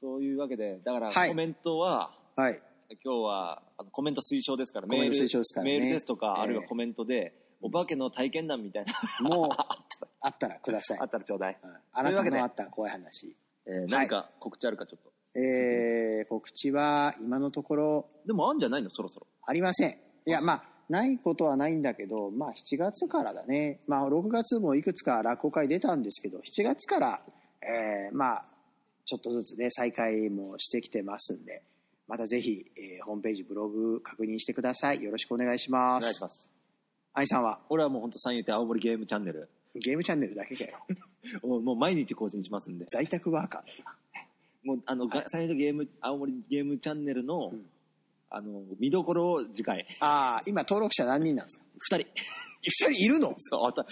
[SPEAKER 3] そういうわけで、だから、
[SPEAKER 2] はい
[SPEAKER 3] コメントは、
[SPEAKER 2] はい。
[SPEAKER 3] 今日は、あのコメント推奨ですから、
[SPEAKER 2] コメント推奨ですからね
[SPEAKER 3] メールですとか、
[SPEAKER 2] ええ
[SPEAKER 3] あるいはコメントで、お化けの体験談みたいな、
[SPEAKER 2] もう、あったらください
[SPEAKER 3] あ。ったらちょうだい。
[SPEAKER 2] うんあなたのあった怖い話。
[SPEAKER 3] えー何か告知あるかちょっと。
[SPEAKER 2] えー、告知は今のところ
[SPEAKER 3] でも、あんじゃないのそろそろ。
[SPEAKER 2] ありません。いや、まあ、ないことはないんだけど、まあ、7月からだね。まあ、6月もいくつか落語会出たんですけど、7月から、えーまあ、ちょっとずつね、再開もしてきてますんで、またぜひ、えーホームページ、ブログ確認してください。よろしくお願いし
[SPEAKER 3] お
[SPEAKER 2] ま
[SPEAKER 3] 願いし
[SPEAKER 2] す。
[SPEAKER 3] ます。
[SPEAKER 2] アイさんは、
[SPEAKER 3] 俺はもう本当三遊亭青森ゲームチャンネル。
[SPEAKER 2] ゲームチャンネルだけかよ。
[SPEAKER 3] もうもう毎日更新しますんで。
[SPEAKER 2] 在宅ワーカーだな
[SPEAKER 3] もう、あの、が三遊亭ゲーム、青森ゲームチャンネルの、
[SPEAKER 2] うん
[SPEAKER 3] あの、見どころを次回、
[SPEAKER 2] ああ、今登録者何人なんですか
[SPEAKER 3] 二人。
[SPEAKER 2] 二人いるの
[SPEAKER 3] そう、あた、ま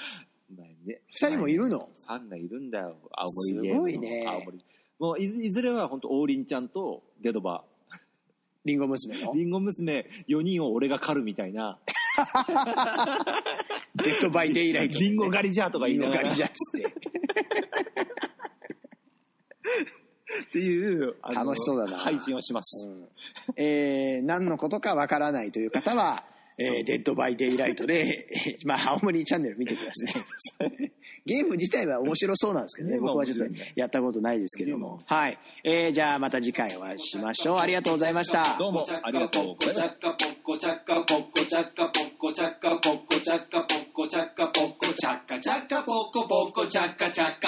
[SPEAKER 3] あね、
[SPEAKER 2] 二人もいるの
[SPEAKER 3] ファンがいるんだよ、青森ゲームの。
[SPEAKER 2] すごいね
[SPEAKER 3] 青森。もういず、いずれは本当王林ちゃんとデドバ。
[SPEAKER 2] リンゴ娘の
[SPEAKER 3] リンゴ娘4人を俺が狩るみたいな。
[SPEAKER 2] デッドバイデイライト、
[SPEAKER 3] リンゴ狩りじゃーとか言いながら。
[SPEAKER 2] リンゴ狩りじ
[SPEAKER 3] ゃ
[SPEAKER 2] ゃっつって。
[SPEAKER 3] っていう、あの
[SPEAKER 2] 楽しそうだな
[SPEAKER 3] 配信をします。
[SPEAKER 2] うんえー何のことかわからないという方は、えーデッドバイデイライトで、 えーまあ、青森チャンネル見てください。 ゲーム自体は面白そうなんですけどね、
[SPEAKER 3] ゲームは
[SPEAKER 2] 僕はちょっと
[SPEAKER 3] 面白い
[SPEAKER 2] やったことないですけども
[SPEAKER 3] ゲ。
[SPEAKER 2] はい。えーじゃあまた次回お会いしましょう。ありがとうございました。
[SPEAKER 3] どうもありがとうございます。
[SPEAKER 1] ポコチャッカポコチャッカポコチャッカポコチャッカポコチャッカポコチャッカポコチャッカチャッカポコポコチャッカチャッカ